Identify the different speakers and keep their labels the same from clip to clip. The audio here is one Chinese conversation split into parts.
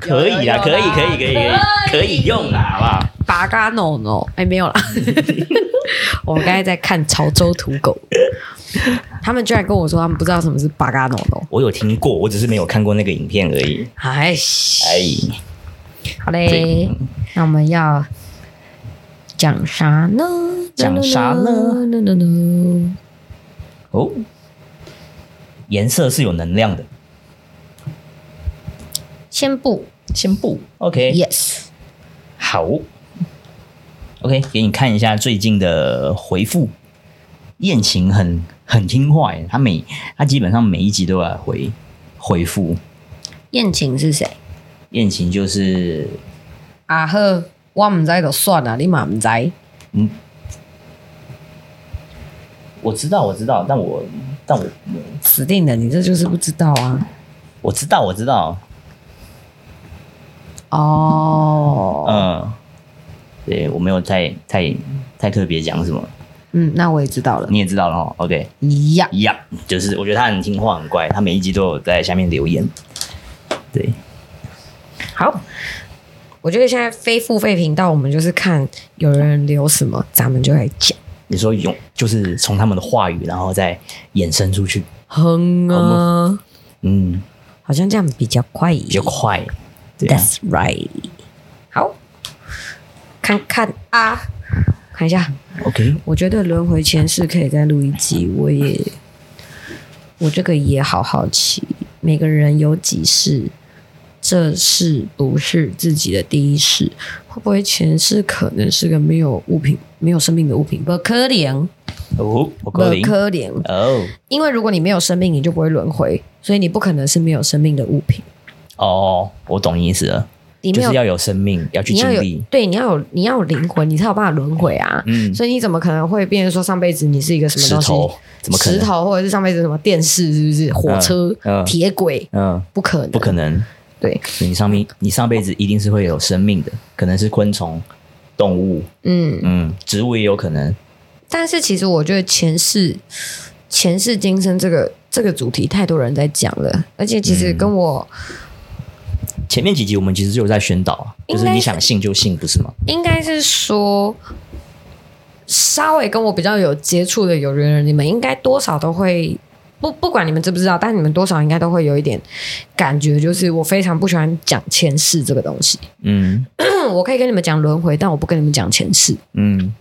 Speaker 1: 可以啦，可以，可以，可以，可以，可以用啦，好不好？
Speaker 2: 八嘎 no no，哎、没有 啦。我们刚才在看潮州土狗，他们居然跟我说他们不知道什么是八嘎 no no。
Speaker 1: 我有听过，我只是没有看过那个影片而已。
Speaker 2: 哎，
Speaker 1: 哎，
Speaker 2: 好嘞，那我们要讲啥呢？
Speaker 1: 讲啥呢
Speaker 2: 呢呢呢？
Speaker 1: 哦，颜色是有能量的。
Speaker 2: 先不
Speaker 1: 先不，OK，
Speaker 2: 哎，yes，
Speaker 1: 好，OK，给你看一下最近的回复。燕晴很很听话耶，她每她基本上每一集都要回回复。
Speaker 2: 燕晴是谁？
Speaker 1: 燕晴就是
Speaker 2: 啊呵，我唔知就算了，你嘛唔知。
Speaker 1: 我知道我知道，但我但我
Speaker 2: 死定了，你这就是不知道啊！
Speaker 1: 我知道我知道，
Speaker 2: 哦，
Speaker 1: 嗯，对我没有太太太特别讲什么，
Speaker 2: 嗯，那我也知道了，
Speaker 1: 你也知道了哈。OK，
Speaker 2: 一样。
Speaker 1: 一样，就是我觉得他很听话，很乖，他每一集都有在下面留言。对，
Speaker 2: 好，我觉得现在非付费频道，我们就是看有人留什么，咱们就来讲。
Speaker 1: 你说用就是从他们的话语，然后再衍生出去，
Speaker 2: 哼啊，
Speaker 1: 嗯，
Speaker 2: 好像这样比较快。
Speaker 1: 比较快。对啊，
Speaker 2: That's right。好，看看啊，看一下。
Speaker 1: OK，
Speaker 2: 我觉得轮回前世可以再录一集，我也，我这个也好好奇，每个人有几世，这是不是自己的第一世？会不会前世可能是个没有物品、没有生命的物品？不可怜，
Speaker 1: 哦，我
Speaker 2: 不
Speaker 1: 够零，
Speaker 2: 可怜，
Speaker 1: 哦
Speaker 2: 因为如果你没有生命，你就不会轮回，所以你不可能是没有生命的物品。
Speaker 1: 哦，我懂你意思了，
Speaker 2: 你没
Speaker 1: 就
Speaker 2: 有
Speaker 1: 是要有生命，要去
Speaker 2: 你要
Speaker 1: 经
Speaker 2: 有
Speaker 1: 历，
Speaker 2: 对，你要有你要有灵魂，你才有办法轮回啊。
Speaker 1: 嗯，
Speaker 2: 所以你怎么可能会变成说上辈子你是一个什么
Speaker 1: 石
Speaker 2: 东西？
Speaker 1: 头怎么可
Speaker 2: 石
Speaker 1: 能？
Speaker 2: 头或者是上辈子什么电视是不是？火车、
Speaker 1: 嗯嗯
Speaker 2: 铁轨，
Speaker 1: 嗯，
Speaker 2: 不可能，
Speaker 1: 不可
Speaker 2: 能。
Speaker 1: 能。
Speaker 2: 对，
Speaker 1: 你上面你上辈子一定是会有生命的，可能是昆虫、动物，
Speaker 2: 嗯。
Speaker 1: 嗯，植物也有可能。
Speaker 2: 但是其实我觉得前世、前世今生这个这个主题太多人在讲了，而且其
Speaker 1: 嗯
Speaker 2: 实跟我、
Speaker 1: 前面几集我们其实就有在宣导啊，就
Speaker 2: 应该
Speaker 1: 是你
Speaker 2: 是
Speaker 1: 想信就信，不是吗？
Speaker 2: 应该是说。稍微跟我比较有接触的有缘人，你们应该多少都会不不管你们知不知道，但你们多少应该都会有一点感觉，就是我非常不喜欢讲前世这个东西。
Speaker 1: 嗯
Speaker 2: 我可以跟你们讲轮回，但我不跟你们讲前世。
Speaker 1: 嗯，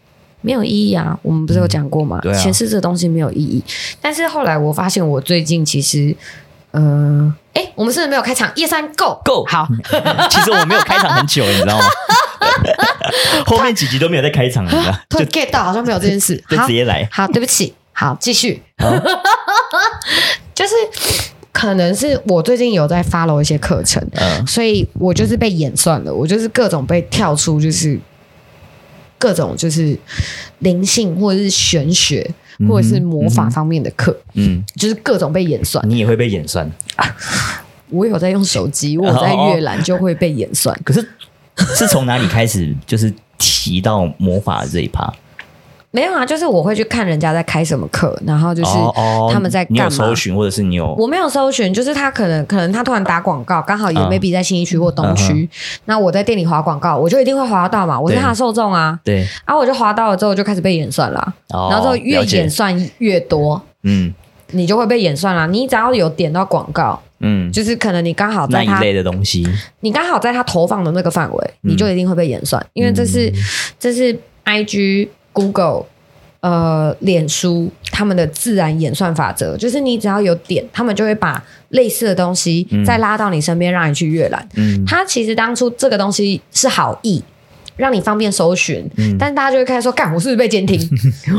Speaker 2: 没有意义啊！我们不是有讲过吗？
Speaker 1: 嗯对啊
Speaker 2: 前世这东西没有意义。但是后来我发现，我最近其实，呃，哎，我们是不是没有开场？一二三，Go
Speaker 1: Go 嗯
Speaker 2: 好，
Speaker 1: 其实我没有开场很久，你知 道吗？后面几集都没有在开场，你知道，
Speaker 2: 突
Speaker 1: 就
Speaker 2: 然 get 到好像没有这件事。
Speaker 1: 就
Speaker 2: 好
Speaker 1: 直，接来。
Speaker 2: 好，对不起，好，继续。 就是可能是我最近有在 follow 一些课程，
Speaker 1: 嗯
Speaker 2: 所以我就是被演算了，我就是各种被跳出，就是各种就是灵性或者是玄学
Speaker 1: 嗯哼
Speaker 2: 或者是魔法方面的课，
Speaker 1: 嗯，
Speaker 2: 就是各种被演算。
Speaker 1: 你也会被演算，
Speaker 2: 我有在用手
Speaker 1: 哦
Speaker 2: 机，我有在阅览就会被演算。
Speaker 1: 可是是从哪里开始就是提到魔法这一趴？
Speaker 2: 没有啊，就是我会去看人家在开什么课，然后就是
Speaker 1: 哦哦
Speaker 2: 他们在
Speaker 1: 你有
Speaker 2: 干嘛。
Speaker 1: 搜寻，或者是你有
Speaker 2: 我没有搜寻，就是他可能可能他突然打广告，刚好也
Speaker 1: 嗯
Speaker 2: maybe 在新一区或东区，那我在店里划广告，我就一定会划到嘛，我是
Speaker 1: 对
Speaker 2: 他的受众啊，
Speaker 1: 对，
Speaker 2: 然后我就划到了之后就开始被演算啦，
Speaker 1: 然
Speaker 2: 然后之后越演算越多，
Speaker 1: 嗯
Speaker 2: 你就会被演算啦。你只要有点到广告，
Speaker 1: 嗯，
Speaker 2: 就是可能你刚好
Speaker 1: 那
Speaker 2: 在
Speaker 1: 一
Speaker 2: 他
Speaker 1: 类的东 西，
Speaker 2: 你刚好在他投放的那个范围，
Speaker 1: 嗯
Speaker 2: 你就一定会被演算，因为这是、这是 I G、Google、呃、脸书他们的自然演算法则，就是你只要有点，他们就会把类似的东西
Speaker 1: 嗯
Speaker 2: 再拉到你身边，让你去阅览。
Speaker 1: 嗯
Speaker 2: 它其实当初这个东西是好意，让你方便搜寻，
Speaker 1: 嗯
Speaker 2: 但大家就会开始说，干，我是不是被监听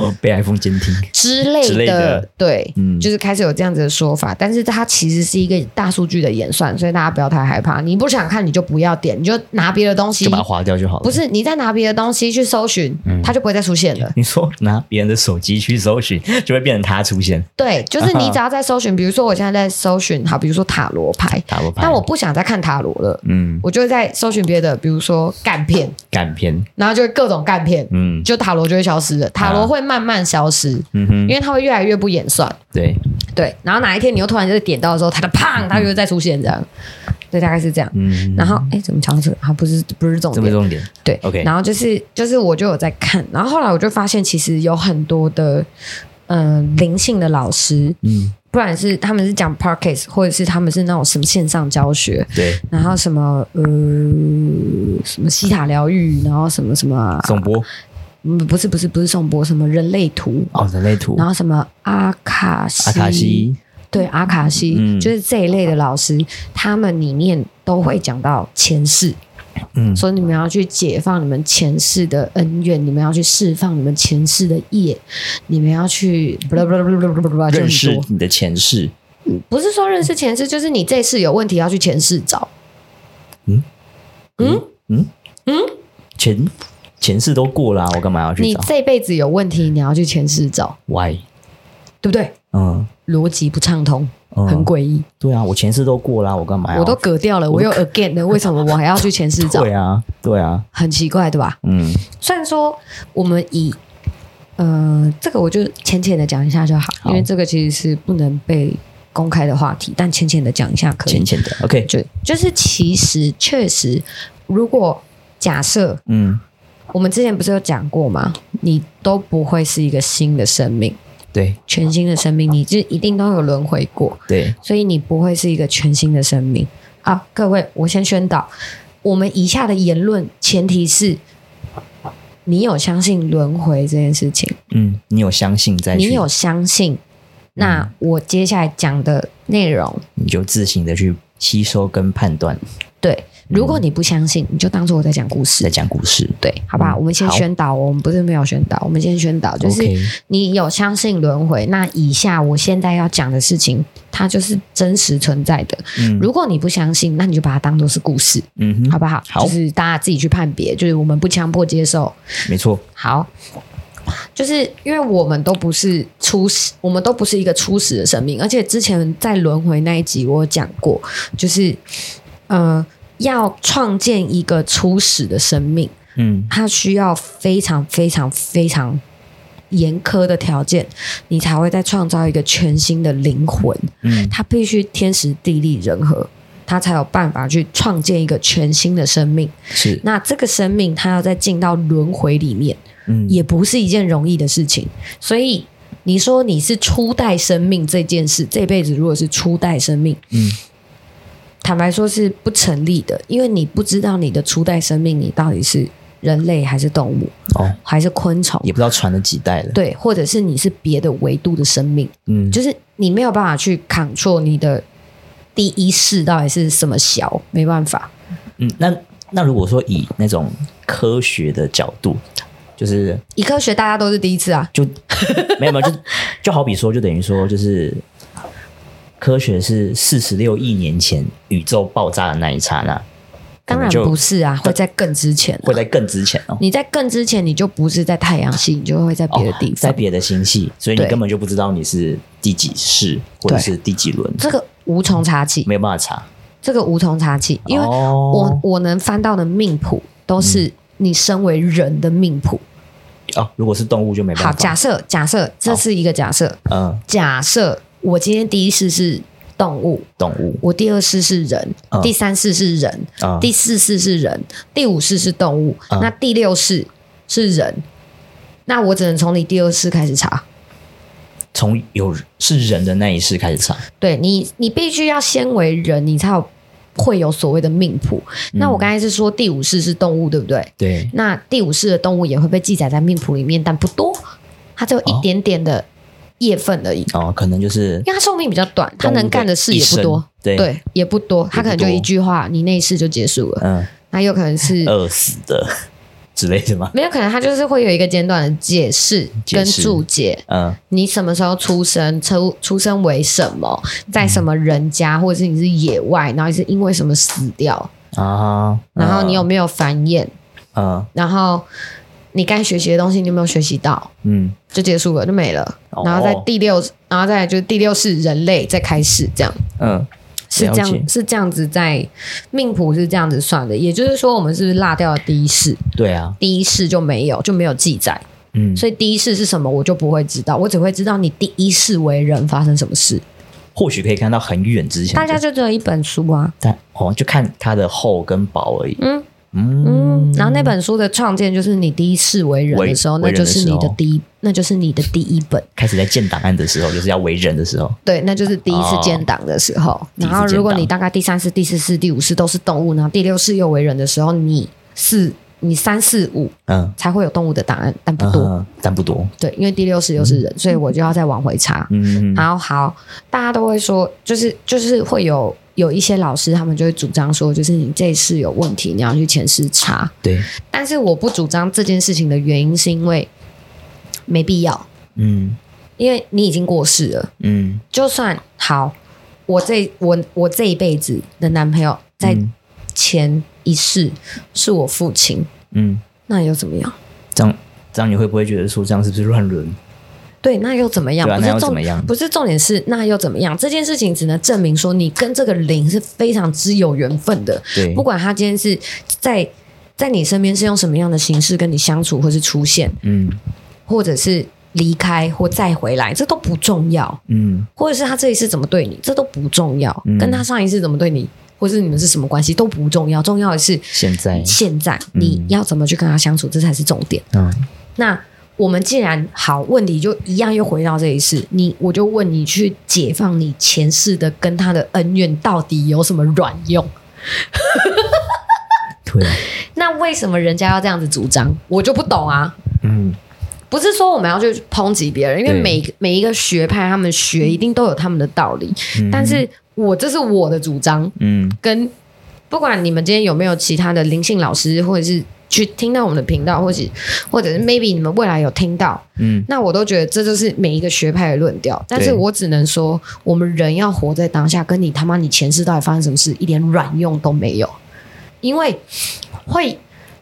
Speaker 1: 我被 iPhone 监听，
Speaker 2: 之类的？
Speaker 1: 之类的
Speaker 2: 对，
Speaker 1: 嗯
Speaker 2: 就是开始有这样子的说法，但是它其实是一个大数据的演算，所以大家不要太害怕。你不想看，你就不要点，你就拿别的东西
Speaker 1: 就，把它划掉嗯就好了。
Speaker 2: 不，是你再拿别的东西去搜寻，它就不会再出现了。
Speaker 1: 你说拿别人的手机去搜寻，就会变成他出现
Speaker 2: 对，就是
Speaker 1: 啊
Speaker 2: 你
Speaker 1: 哈
Speaker 2: 只要在搜寻，比如说我现在在搜寻，好，比如说塔罗牌，
Speaker 1: 塔罗牌。
Speaker 2: 但我不想再看塔罗了，
Speaker 1: 嗯，
Speaker 2: 我就会在搜寻别的，比如说干片，
Speaker 1: 干片，
Speaker 2: 然后就会各种干片，
Speaker 1: 嗯啊
Speaker 2: 就塔罗就会消失了，塔罗会慢慢消失，
Speaker 1: 嗯哼
Speaker 2: 因，为它会越来越不演算，
Speaker 1: 对，
Speaker 2: 对，然后哪一天你又突然就点到的时候，它就砰，它又再出现这样，对，大概是这样。
Speaker 1: 嗯，
Speaker 2: 然后，哎，怎么讲到这个？它不是不是重
Speaker 1: 这么
Speaker 2: 点，
Speaker 1: 重点，
Speaker 2: 对
Speaker 1: OK
Speaker 2: 然后就是就是我就有在看，然后后来我就发现其实有很多的嗯、呃灵性的老师，
Speaker 1: 嗯，
Speaker 2: 不然是他们是讲 podcast，或者是他们是那种什么线上教学，
Speaker 1: 对，
Speaker 2: 然后什么呃什么西塔疗愈，然后什么什么啊、
Speaker 1: 总播
Speaker 2: 嗯不是不是不是颂钵，什么人类图，
Speaker 1: 哦，人类图，
Speaker 2: 啊然后什么阿卡西，
Speaker 1: 阿卡西，
Speaker 2: 对阿卡西、
Speaker 1: 嗯
Speaker 2: 就是这一类的老师，他们里面都会讲到前世，
Speaker 1: 嗯
Speaker 2: 所以你们要去解放你们前世的恩怨，你们要去释放你们前世的业，你们要去不不不不不不不啊就
Speaker 1: 认
Speaker 2: 很
Speaker 1: 识
Speaker 2: 多，
Speaker 1: 你的前世，
Speaker 2: 不是说认识前世，就是你这世有问题要去前世找。
Speaker 1: 前前世都过了啊，我干嘛要去
Speaker 2: 你
Speaker 1: 找
Speaker 2: 这辈子有问题，你要去前世找，
Speaker 1: ？Why？
Speaker 2: 对不对？
Speaker 1: 嗯，
Speaker 2: 逻辑不畅通，
Speaker 1: 嗯
Speaker 2: 很诡异。
Speaker 1: 对啊，我前世都过了啊，我干嘛要？
Speaker 2: 我都隔掉了，我又 again 了，为什么我还要去前世找
Speaker 1: 对？啊，对啊，
Speaker 2: 很奇怪，对吧？
Speaker 1: 嗯
Speaker 2: 虽然说我们以呃这个，我就浅浅的讲一下就好，
Speaker 1: 好
Speaker 2: 因为这个其实是不能被公开的话题，但浅浅的讲一下可以
Speaker 1: 浅。浅的，OK，
Speaker 2: 就就是其实确实，如果假设
Speaker 1: 嗯，
Speaker 2: 我们之前不是有讲过吗？你都不会是一个新的生命，
Speaker 1: 对
Speaker 2: 全新的生命，你就一定都有轮回过。
Speaker 1: 对，
Speaker 2: 所以你不会是一个全新的生命啊！各位，我先宣导，我们以下的言论前提是。你有相信轮回这件事情，
Speaker 1: 嗯，你有相信再去，
Speaker 2: 你有相信，那我接下来讲的内容，
Speaker 1: 你就自行的去吸收跟判断，
Speaker 2: 对，如果你不相信，你就当做我在讲故
Speaker 1: 嗯在
Speaker 2: 事，
Speaker 1: 讲故事。
Speaker 2: 对，好吧？
Speaker 1: 嗯
Speaker 2: 我们先
Speaker 1: 好
Speaker 2: 宣导，哦我们不是没有宣导，我们先宣导，就是
Speaker 1: OK
Speaker 2: 你有相信轮回，那以下我现在要讲的事情，它就是真实存在的。
Speaker 1: 嗯
Speaker 2: 如果你不相信，那你就把它当做是故事，
Speaker 1: 嗯哼，
Speaker 2: 好不好？
Speaker 1: 好
Speaker 2: 就是大家自己去判别，就是我们不强迫接受。
Speaker 1: 没错，
Speaker 2: 好，就是因为我们都不是初始，我们都不是一个初始的生命，而且之前在轮回那一集我有讲过，就是呃，要创建一个初始的生命，
Speaker 1: 嗯
Speaker 2: 它需要非常非常非常。严苛的条件，你才会再创造一个全新的灵魂。
Speaker 1: 嗯
Speaker 2: 它必须天时地利人和，它才有办法去创建一个全新的生命。
Speaker 1: 是，
Speaker 2: 那这个生命它要再进到轮回里面，
Speaker 1: 嗯
Speaker 2: 也不是一件容易的事情。所以你说你是初代生命这件事，这辈子如果是初代生命，
Speaker 1: 嗯
Speaker 2: 坦白说是不成立的，因为你不知道你的初代生命你到底是人类还是动物
Speaker 1: 哦，
Speaker 2: 还是昆虫
Speaker 1: 也，不知道传了几代了，
Speaker 2: 对，或者是你是别的维度的生命，
Speaker 1: 嗯
Speaker 2: 就是你没有办法去 control 你的第一世到底是什么小，没办法。
Speaker 1: 嗯，那那如果说以那种科学的角度，就是
Speaker 2: 以科学大家都是第一次啊，
Speaker 1: 就没有没有，就就好比说，就等于说，就是科学是四十六亿年前宇宙爆炸的那一刹那，可
Speaker 2: 当然
Speaker 1: 能就
Speaker 2: 不是啊，会在更之前、啊
Speaker 1: 会。在更之前哦。
Speaker 2: 你在更之前，你就不是在太阳系，你就会在别的地
Speaker 1: 哦
Speaker 2: 方。
Speaker 1: 在别的星系，所以你
Speaker 2: 对
Speaker 1: 根本就不知道你是第几世或者
Speaker 2: 对
Speaker 1: 是第几轮，
Speaker 2: 这个无从查起，
Speaker 1: 没有办法查。
Speaker 2: 这个无从查起，因为我、
Speaker 1: 哦
Speaker 2: 我能翻到的命谱都
Speaker 1: 嗯
Speaker 2: 是你身为人的命谱。
Speaker 1: 哦，如果是动物就没办法。
Speaker 2: 好，假设假设这是一个假设，
Speaker 1: 嗯，
Speaker 2: 假设我今天第一世是动物，
Speaker 1: 动物
Speaker 2: 我第二世是人，
Speaker 1: 嗯
Speaker 2: 第三世是人，
Speaker 1: 啊，
Speaker 2: 第四世是人，第五世是动物，
Speaker 1: 嗯
Speaker 2: 那第六世是人。那我只能从你第二世开始查，
Speaker 1: 从有是人的那一世开始查。
Speaker 2: 对你，你必须要先为人，你才有会有所谓的命谱。那
Speaker 1: 嗯
Speaker 2: 我刚才是说第五世是动物，对不对？
Speaker 1: 对，
Speaker 2: 那第五世的动物也会被记载在命谱里面，但不多，它只有一点点的业分而已，
Speaker 1: 哦，可能就是
Speaker 2: 因为它寿命比较短，它
Speaker 1: 动物
Speaker 2: 能干的事也不
Speaker 1: 一
Speaker 2: 多
Speaker 1: 生，对
Speaker 2: 对，也不多，它可能就一句话，你那一世就结束了，
Speaker 1: 嗯
Speaker 2: 那有可能是
Speaker 1: 饿死的，之类的吗？
Speaker 2: 没有可能，他就是会有一个简短的解释
Speaker 1: 解
Speaker 2: 跟
Speaker 1: 释
Speaker 2: 注解。
Speaker 1: 嗯，
Speaker 2: 你什么时候出生？出出生为什么？在什么人家，或者是你是野外，然后你是因为什么死掉？
Speaker 1: 啊，
Speaker 2: 然后你有没有繁衍？
Speaker 1: 嗯
Speaker 2: 然后你该学习的东西你有没有学习到？
Speaker 1: 嗯
Speaker 2: 就结束了，就没了。
Speaker 1: 哦
Speaker 2: 然后在第六，然后再来就是第六是人类再开始，这样
Speaker 1: 嗯，
Speaker 2: 是
Speaker 1: 了
Speaker 2: 这
Speaker 1: 解
Speaker 2: 样是这样子在命谱是这样子算的，也就是说我们是不是落掉了第一世？
Speaker 1: 对啊，
Speaker 2: 第一世就没有就没有记载，
Speaker 1: 嗯，
Speaker 2: 所以第一世是什么我就不会知道，我只会知道你第一世为人发生什么事。
Speaker 1: 或许可以看到很远之前的，
Speaker 2: 大家就只有一本书啊，
Speaker 1: 但哦，就看它的厚跟薄而已。
Speaker 2: 嗯
Speaker 1: 嗯
Speaker 2: 嗯，然后那本书的创建就是你第一世为人
Speaker 1: 为
Speaker 2: 的时候，
Speaker 1: 为
Speaker 2: 那
Speaker 1: 人的
Speaker 2: 就是
Speaker 1: 时
Speaker 2: 你
Speaker 1: 候
Speaker 2: 的第一，那就是你的第一本。
Speaker 1: 开始在建档案的时候，就是要为人的时候，
Speaker 2: 对，那就是第一次建档的时候。
Speaker 1: 哦第一次
Speaker 2: 然后，如果
Speaker 1: 建档
Speaker 2: 你大概第三次、第四次、第五次都是动物，然后第六次又为人的时候，你四、你三四五
Speaker 1: 嗯，
Speaker 2: 才会有动物的档案，但不
Speaker 1: 嗯
Speaker 2: 多。
Speaker 1: 哼但不多，
Speaker 2: 对，因为第六次又是人，所以我就要再往回查。
Speaker 1: 嗯，
Speaker 2: 然后好，大家都会说，就是就是会有有一些老师，他们就会主张说，就是你这一世有问题，你要去前世查。
Speaker 1: 对，
Speaker 2: 但是我不主张这件事情的原因，是因为没必要，
Speaker 1: 嗯
Speaker 2: 因为你已经过世了。
Speaker 1: 嗯
Speaker 2: 就算好，我这我我这一辈子的男朋友在
Speaker 1: 嗯
Speaker 2: 前一世是我父亲，
Speaker 1: 嗯，
Speaker 2: 那又怎么样？
Speaker 1: 这样这样你会不会觉得说这样是不是乱伦？
Speaker 2: 对，那又怎么样？
Speaker 1: 对啊
Speaker 2: 不
Speaker 1: 那
Speaker 2: 是
Speaker 1: 又
Speaker 2: 重
Speaker 1: 怎么样
Speaker 2: 不是重点是那又怎么样？这件事情只能证明说你跟这个灵是非常之有缘分的，
Speaker 1: 对，
Speaker 2: 不管他今天是在在你身边是用什么样的形式跟你相处，或是出现，
Speaker 1: 嗯
Speaker 2: 或者是离开或再回来，这都不重要。
Speaker 1: 嗯
Speaker 2: 或者是他这一次怎么对你，这都不重要，
Speaker 1: 嗯
Speaker 2: 跟他上一次怎么对你，或是你们是什么关系都不重要，重要的是
Speaker 1: 现在
Speaker 2: 现在
Speaker 1: 嗯
Speaker 2: 你要怎么去跟他相处，这才是重点。
Speaker 1: 嗯
Speaker 2: 那我们既然好，问题就一样又回到这一世，你我就问你去解放你前世的跟他的恩怨到底有什么卵用？
Speaker 1: 对，
Speaker 2: 那为什么人家要这样子主张，我就不懂啊。
Speaker 1: 嗯
Speaker 2: 不是说我们要去抨击别人，因为
Speaker 1: 对
Speaker 2: 每每一个学派，他们学一定都有他们的道理。
Speaker 1: 嗯
Speaker 2: 但是我这是我的主张，
Speaker 1: 嗯
Speaker 2: 跟不管你们今天有没有其他的灵性老师，或者是去听到我们的频道，或者或者是 maybe 你们未来有听到，
Speaker 1: 嗯
Speaker 2: 那我都觉得这就是每一个学派的论调。但是我只能说，我们人要活在当下，跟你他妈你前世到底发生什么事一点卵用都没有，因为会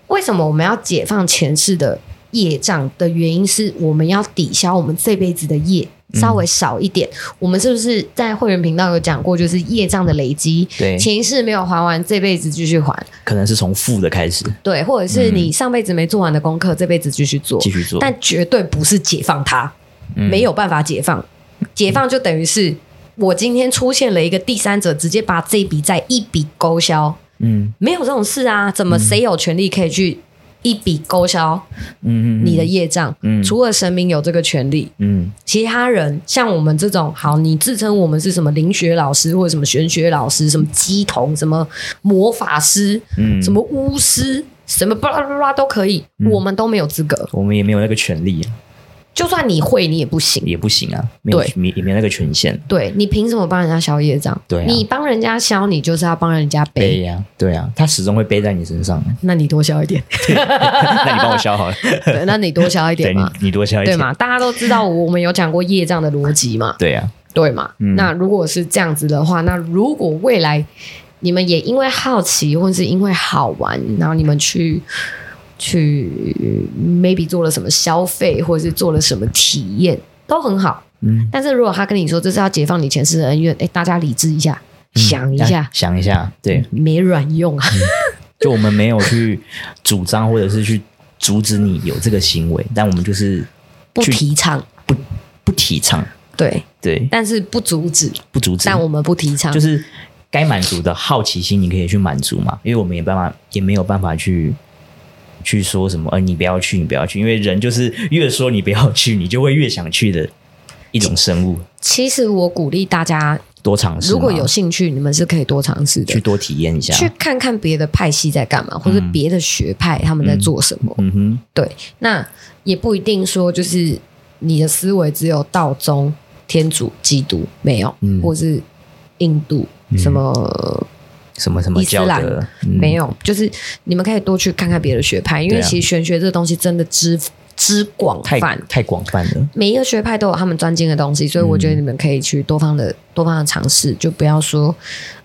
Speaker 2: 为什么我们要解放前世的业障的原因是我们要抵消我们这辈子的业。
Speaker 1: 嗯
Speaker 2: 稍微少一点，我们是不是在会员频道有讲过，就是业障的累积，
Speaker 1: 对，
Speaker 2: 前世没有还完，这辈子继续还，
Speaker 1: 可能是从负的开始
Speaker 2: 对，或者是你上辈子没做完的功课，这辈子继续做，
Speaker 1: 嗯继续做，
Speaker 2: 但绝对不是解放它，
Speaker 1: 嗯
Speaker 2: 没有办法解放，解放就等于是我今天出现了一个第三者，直接把这笔债一笔勾销，
Speaker 1: 嗯
Speaker 2: 没有这种事啊，怎么谁有权利可以去一笔勾销
Speaker 1: 嗯嗯
Speaker 2: 你的业障？
Speaker 1: 嗯
Speaker 2: 除了神明有这个权利，
Speaker 1: 嗯
Speaker 2: 其他人像我们这种，好，你自称我们是什么灵学老师，或者什么玄学老师，什么鸡童，什么魔法师，
Speaker 1: 嗯
Speaker 2: 什么巫师，什么巴拉巴拉都可以，
Speaker 1: 嗯
Speaker 2: 我们都没有资格。
Speaker 1: 我们也没有那个权利啊，
Speaker 2: 就算你会，你也不行。
Speaker 1: 也不行啊，没有
Speaker 2: 对
Speaker 1: 没也没有那个权限，
Speaker 2: 对你凭什么帮人家消业障？
Speaker 1: 对啊
Speaker 2: 你帮人家消，你就是要帮人家背。
Speaker 1: 背呀、对呀、他始终会背在你身上。
Speaker 2: 那你多消 一点，
Speaker 1: 那你帮我消好了，
Speaker 2: 对，那你多消 一
Speaker 1: 对
Speaker 2: 点
Speaker 1: 你
Speaker 2: 嘛，
Speaker 1: 你多消一
Speaker 2: 对
Speaker 1: 点，
Speaker 2: 嘛？大家都知道，我们有讲过业障的逻辑嘛，
Speaker 1: 对呀、
Speaker 2: 对嘛？
Speaker 1: 嗯
Speaker 2: 那如果是这样子的话，那如果未来你们也因为好奇，或是因为好玩，然后你们去去 maybe 做了什么消费，或者是做了什么体验，都很好。
Speaker 1: 嗯，
Speaker 2: 但是如果他跟你说这是要解放你前世的恩怨，哎，大家理智一下，
Speaker 1: 嗯
Speaker 2: 想一
Speaker 1: 大
Speaker 2: 下
Speaker 1: 家，想一下，对，
Speaker 2: 没卵用
Speaker 1: 嗯
Speaker 2: 啊。
Speaker 1: 就我们没有去主张或者是去阻止你有这个行为，但我们就是
Speaker 2: 不
Speaker 1: 去
Speaker 2: 提倡，
Speaker 1: 不不提倡，
Speaker 2: 对，
Speaker 1: 对，
Speaker 2: 但是不阻止，
Speaker 1: 不阻止，
Speaker 2: 但我们不提倡，
Speaker 1: 就是该满足的好奇心，你可以去满足嘛，因为我们也办法也没有办法去去说什么，呃，你不要去，你不要去，因为人就是越说你不要去，你就会越想去的一种生物，
Speaker 2: 其实我鼓励大家，
Speaker 1: 多尝试嘛，
Speaker 2: 如果有兴趣，你们是可以多尝试
Speaker 1: 去
Speaker 2: 的，
Speaker 1: 多体验一下，
Speaker 2: 去看看别的派系在干嘛，或者
Speaker 1: 嗯
Speaker 2: 别的学派他们在做什么。
Speaker 1: 嗯哼，
Speaker 2: 对，那也不一定说就是你的思维只有道宗、天主、基督没有，
Speaker 1: 嗯
Speaker 2: 或是印度、
Speaker 1: 嗯
Speaker 2: 什么
Speaker 1: 什么什么
Speaker 2: 伊斯
Speaker 1: 教
Speaker 2: 兰
Speaker 1: 的，
Speaker 2: 没
Speaker 1: 有
Speaker 2: 有，就是你们可以多去看看别的学派，因
Speaker 1: 对
Speaker 2: 为
Speaker 1: 啊
Speaker 2: 其实玄学这个东西真的之之广
Speaker 1: 太
Speaker 2: 泛，
Speaker 1: 太广泛了。
Speaker 2: 每一个学派都有他们专精的东西，所以我觉得
Speaker 1: 嗯
Speaker 2: 你们可以去多方的、多方的尝试，就不要说，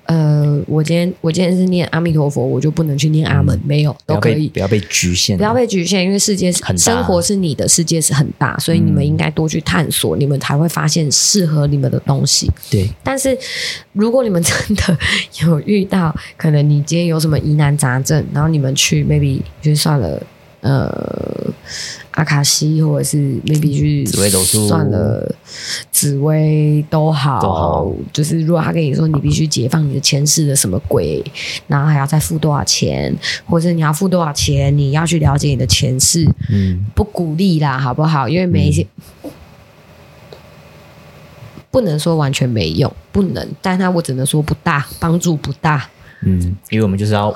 Speaker 2: 呃，我今天我今天是念阿弥陀佛，我就不能去念阿门，没有
Speaker 1: 嗯不
Speaker 2: 都
Speaker 1: 要
Speaker 2: 可
Speaker 1: 被
Speaker 2: 以
Speaker 1: 不。要被局限，
Speaker 2: 不要被局限，因为世界是
Speaker 1: 很大
Speaker 2: 生活是你的，世界是很大，所以你们
Speaker 1: 嗯
Speaker 2: 应该多去探索，你们才会发现适合你们的东西。
Speaker 1: 对，
Speaker 2: 但是如果你们真的有遇到，可能你今天有什么疑难杂症，然后你们去 maybe 就算了，呃，阿卡西或者是 maybe 去
Speaker 1: 紫微斗数
Speaker 2: 算了，紫薇都好，
Speaker 1: 都好
Speaker 2: 就是如果他跟你说你必须解放你的前世的什么鬼，然后还要再付多少钱，或者是你要付多少钱，你要去了解你的前世，
Speaker 1: 嗯，
Speaker 2: 不鼓励啦，好不好？因为每一些、不能说完全没用，不能，但它我只能说不大，帮助不大。
Speaker 1: 嗯，因为我们就是要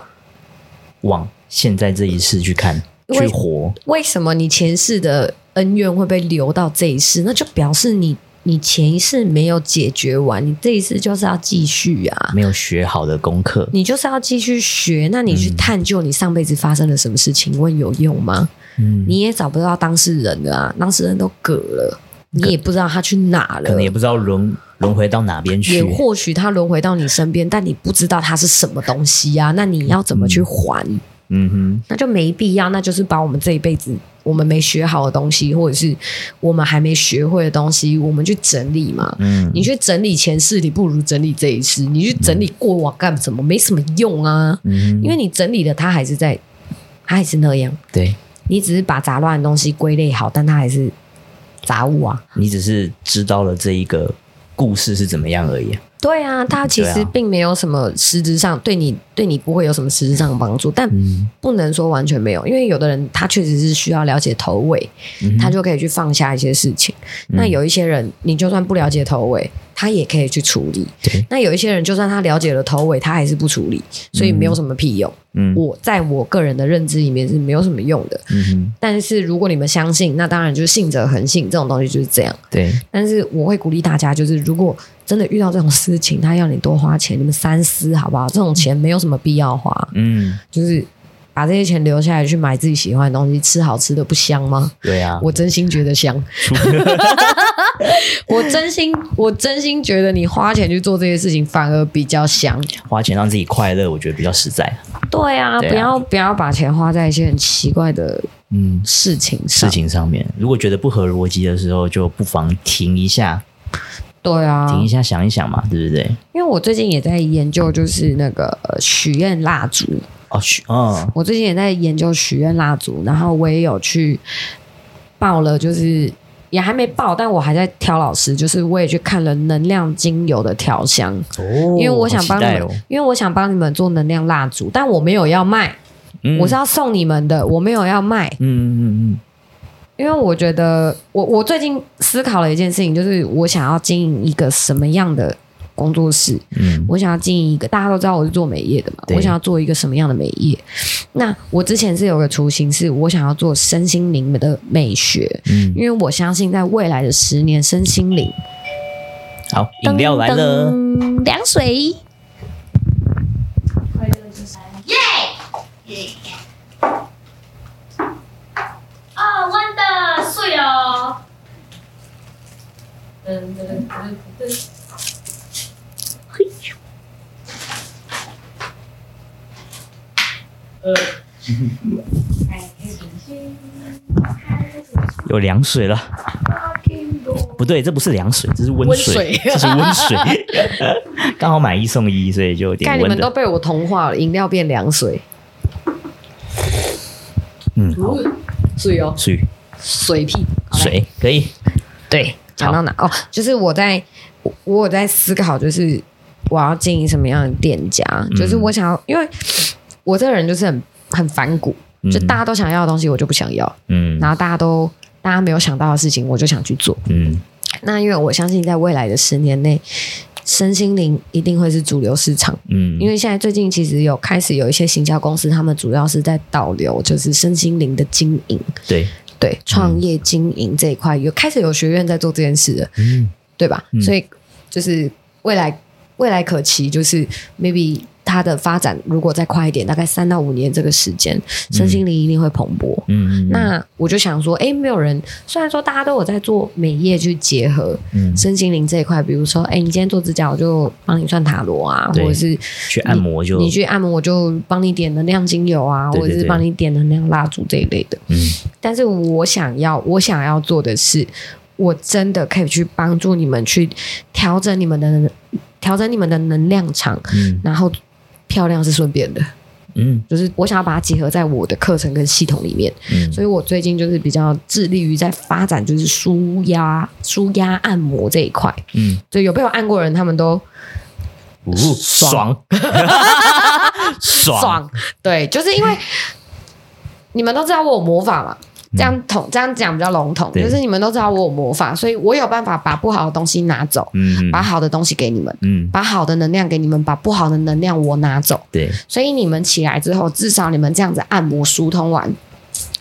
Speaker 1: 往现在这一世去看，
Speaker 2: 因
Speaker 1: 去
Speaker 2: 为
Speaker 1: 活，
Speaker 2: 为什么你前世的恩怨会被留到这一世？那就表示你你前一世没有解决完，你这一世就是要继续啊。
Speaker 1: 没有学好的功课。
Speaker 2: 你就是要继续学，那你去
Speaker 1: 嗯
Speaker 2: 探究你上辈子发生了什么事情，请问有用吗？
Speaker 1: 嗯，
Speaker 2: 你也找不到当事人了啊，当事人都嗝了，你也不知道他去哪了，
Speaker 1: 可能也不知道轮轮回到哪边去
Speaker 2: 也。或许它轮回到你身边，但你不知道它是什么东西呀、那你要怎么去还？
Speaker 1: 嗯哼，
Speaker 2: 那就没必要，那就是把我们这一辈子我们没学好的东西，或者是我们还没学会的东西，我们去整理嘛。
Speaker 1: 嗯，
Speaker 2: 你去整理前世，你不如整理这一世。你去整理过往干什么？没什么用啊，
Speaker 1: 嗯嗯哼，
Speaker 2: 因为你整理的它还是在，它还是那样。
Speaker 1: 对
Speaker 2: 你只是把杂乱的东西归类好，但它还是杂物啊。
Speaker 1: 你只是知道了这一个故事是怎么样而已。
Speaker 2: 对啊，它其
Speaker 1: 对
Speaker 2: 实
Speaker 1: 啊
Speaker 2: 并没有什么实质上对你对你不会有什么实质上的帮助，但
Speaker 1: 嗯，
Speaker 2: 不能说完全没有，因为有的人他确实是需要了解头尾，
Speaker 1: 嗯哼
Speaker 2: 他就可以去放下一些事情。
Speaker 1: 嗯
Speaker 2: 那有一些人，你就算不了解头尾，他也可以去处理。
Speaker 1: 对，
Speaker 2: 那有一些人，就算他了解了头尾，他还是不处理，所以没有什么屁用。
Speaker 1: 嗯
Speaker 2: 我在我个人的认知里面是没有什么用的。
Speaker 1: 嗯哼，
Speaker 2: 但是如果你们相信，那当然就是信者恒信，这种东西就是这样。
Speaker 1: 对，
Speaker 2: 但是我会鼓励大家，就是如果真的遇到这种事情，他要你多花钱，你们三思好不好？这种钱没有什么必要花，
Speaker 1: 嗯，
Speaker 2: 就是把这些钱留下来去买自己喜欢的东西，吃好吃的不香吗？
Speaker 1: 对啊，
Speaker 2: 我真心觉得 香，我真心我真心觉得你花钱去做这些事情反而比较香。
Speaker 1: 花钱让自己快乐，我觉得比较实在。
Speaker 2: 对啊，
Speaker 1: 对啊
Speaker 2: 不要不要把钱花在一些很奇怪的
Speaker 1: 嗯，
Speaker 2: 事情上。
Speaker 1: 事情上面，如果觉得不合逻辑的时候，就不妨停一下，
Speaker 2: 对啊，
Speaker 1: 停一下，想一想嘛，对不对？
Speaker 2: 因为我最近也在研究，就是那个呃许愿蜡烛。
Speaker 1: 哦，去，嗯，
Speaker 2: 我最近也在研究许愿蜡烛，然后我也有去报了，就是也还没报，但我还在挑老师，就是我也去看了能量精油的调香，
Speaker 1: 哦
Speaker 2: 因为我想
Speaker 1: 好
Speaker 2: 帮
Speaker 1: 期
Speaker 2: 你
Speaker 1: 待
Speaker 2: 们，
Speaker 1: 哦，
Speaker 2: 因为我想帮你们做能量蜡烛，但我没有要卖，
Speaker 1: 嗯
Speaker 2: 我是，要送你们的，我没有要卖，
Speaker 1: 嗯嗯嗯
Speaker 2: 因为我觉得我我最近思考了一件事情，就是我想要经营一个什么样的工作室，
Speaker 1: 嗯，
Speaker 2: 我想要经营一个，大家都知道我是做美业的嘛，
Speaker 1: 对
Speaker 2: 我想要做一个什么样的美业？那我之前是有个雏形，是我想要做身心灵的美学，
Speaker 1: 嗯
Speaker 2: 因为我相信在未来的十年，身心灵
Speaker 1: 好，饮料来了，
Speaker 3: 噔凉水。哦，弯的碎哦。
Speaker 1: 有凉水了。不对，这不是凉水，这是温水，
Speaker 2: 啊温 水
Speaker 1: 这是温水。 刚好买一送一，所以就有点
Speaker 2: 看你
Speaker 1: 温
Speaker 2: 们都
Speaker 1: 的。
Speaker 2: 被我同化了，饮料变凉水，
Speaker 1: 嗯，好，
Speaker 2: 水哦，
Speaker 1: 水
Speaker 2: 水屁，好嘞
Speaker 1: 水可以。
Speaker 2: 对，讲到哪？哦，就是我在我我有在思考，就是我要经营什么样的店家，
Speaker 1: 嗯
Speaker 2: 就是我想要，因为我这个人就是很很反骨，就
Speaker 1: 嗯
Speaker 2: 大家都想要的东西我就不想要，
Speaker 1: 嗯
Speaker 2: 然后大家都大家没有想到的事情我就想去做。
Speaker 1: 嗯
Speaker 2: 那因为我相信在未来的十年内。身心灵一定会是主流市场，
Speaker 1: 嗯，
Speaker 2: 因为现在最近其实有开始有一些行销公司，他们主要是在导流，就是身心灵的经营，
Speaker 1: 对，
Speaker 2: 对创业经营这一块有开始有学院在做这件事了。
Speaker 1: 嗯
Speaker 2: 对吧？
Speaker 1: 嗯
Speaker 2: 所以就是未来未来可期，就是 maybe 它的发展如果再快一点，大概三到五年这个时间，
Speaker 1: 嗯
Speaker 2: 身心灵一定会蓬勃。
Speaker 1: 嗯，嗯嗯
Speaker 2: 那我就想说，哎、没有人，虽然说大家都有在做美业去结合
Speaker 1: 嗯
Speaker 2: 身心灵这一块，比如说，哎、你今天做指甲，我就帮你算塔罗啊，
Speaker 1: 对
Speaker 2: 或者是
Speaker 1: 去按摩就
Speaker 2: 你去按摩，我就帮你点能量精油啊，
Speaker 1: 对对
Speaker 2: 或者
Speaker 1: 对
Speaker 2: 是帮你点能量蜡烛这一类的。
Speaker 1: 嗯
Speaker 2: 但是我想要，我想要做的是，我真的可以去帮助你们去调整你们的能调整你们的能量场，
Speaker 1: 嗯
Speaker 2: 然后漂亮是顺便的，
Speaker 1: 嗯
Speaker 2: 就是我想要把它结合在我的课程跟系统里面。
Speaker 1: 嗯，
Speaker 2: 所以我最近就是比较致力于在发展就是舒压、舒压按摩这一块。
Speaker 1: 嗯，
Speaker 2: 就有被我按过的人，他们都
Speaker 1: 哦
Speaker 2: 爽
Speaker 1: 爽爽
Speaker 2: 爽，对，就是因为你们都知道我有魔法嘛。这样统这样讲比较笼统，
Speaker 1: 嗯对
Speaker 2: 就是你们都知道我有魔法，所以我有办法把不好的东西拿走，
Speaker 1: 嗯
Speaker 2: 把好的东西给你们，
Speaker 1: 嗯
Speaker 2: 把好的能量给你们，把不好的能量我拿走。
Speaker 1: 对
Speaker 2: 所以你们起来之后，至少你们这样子按摩疏通完，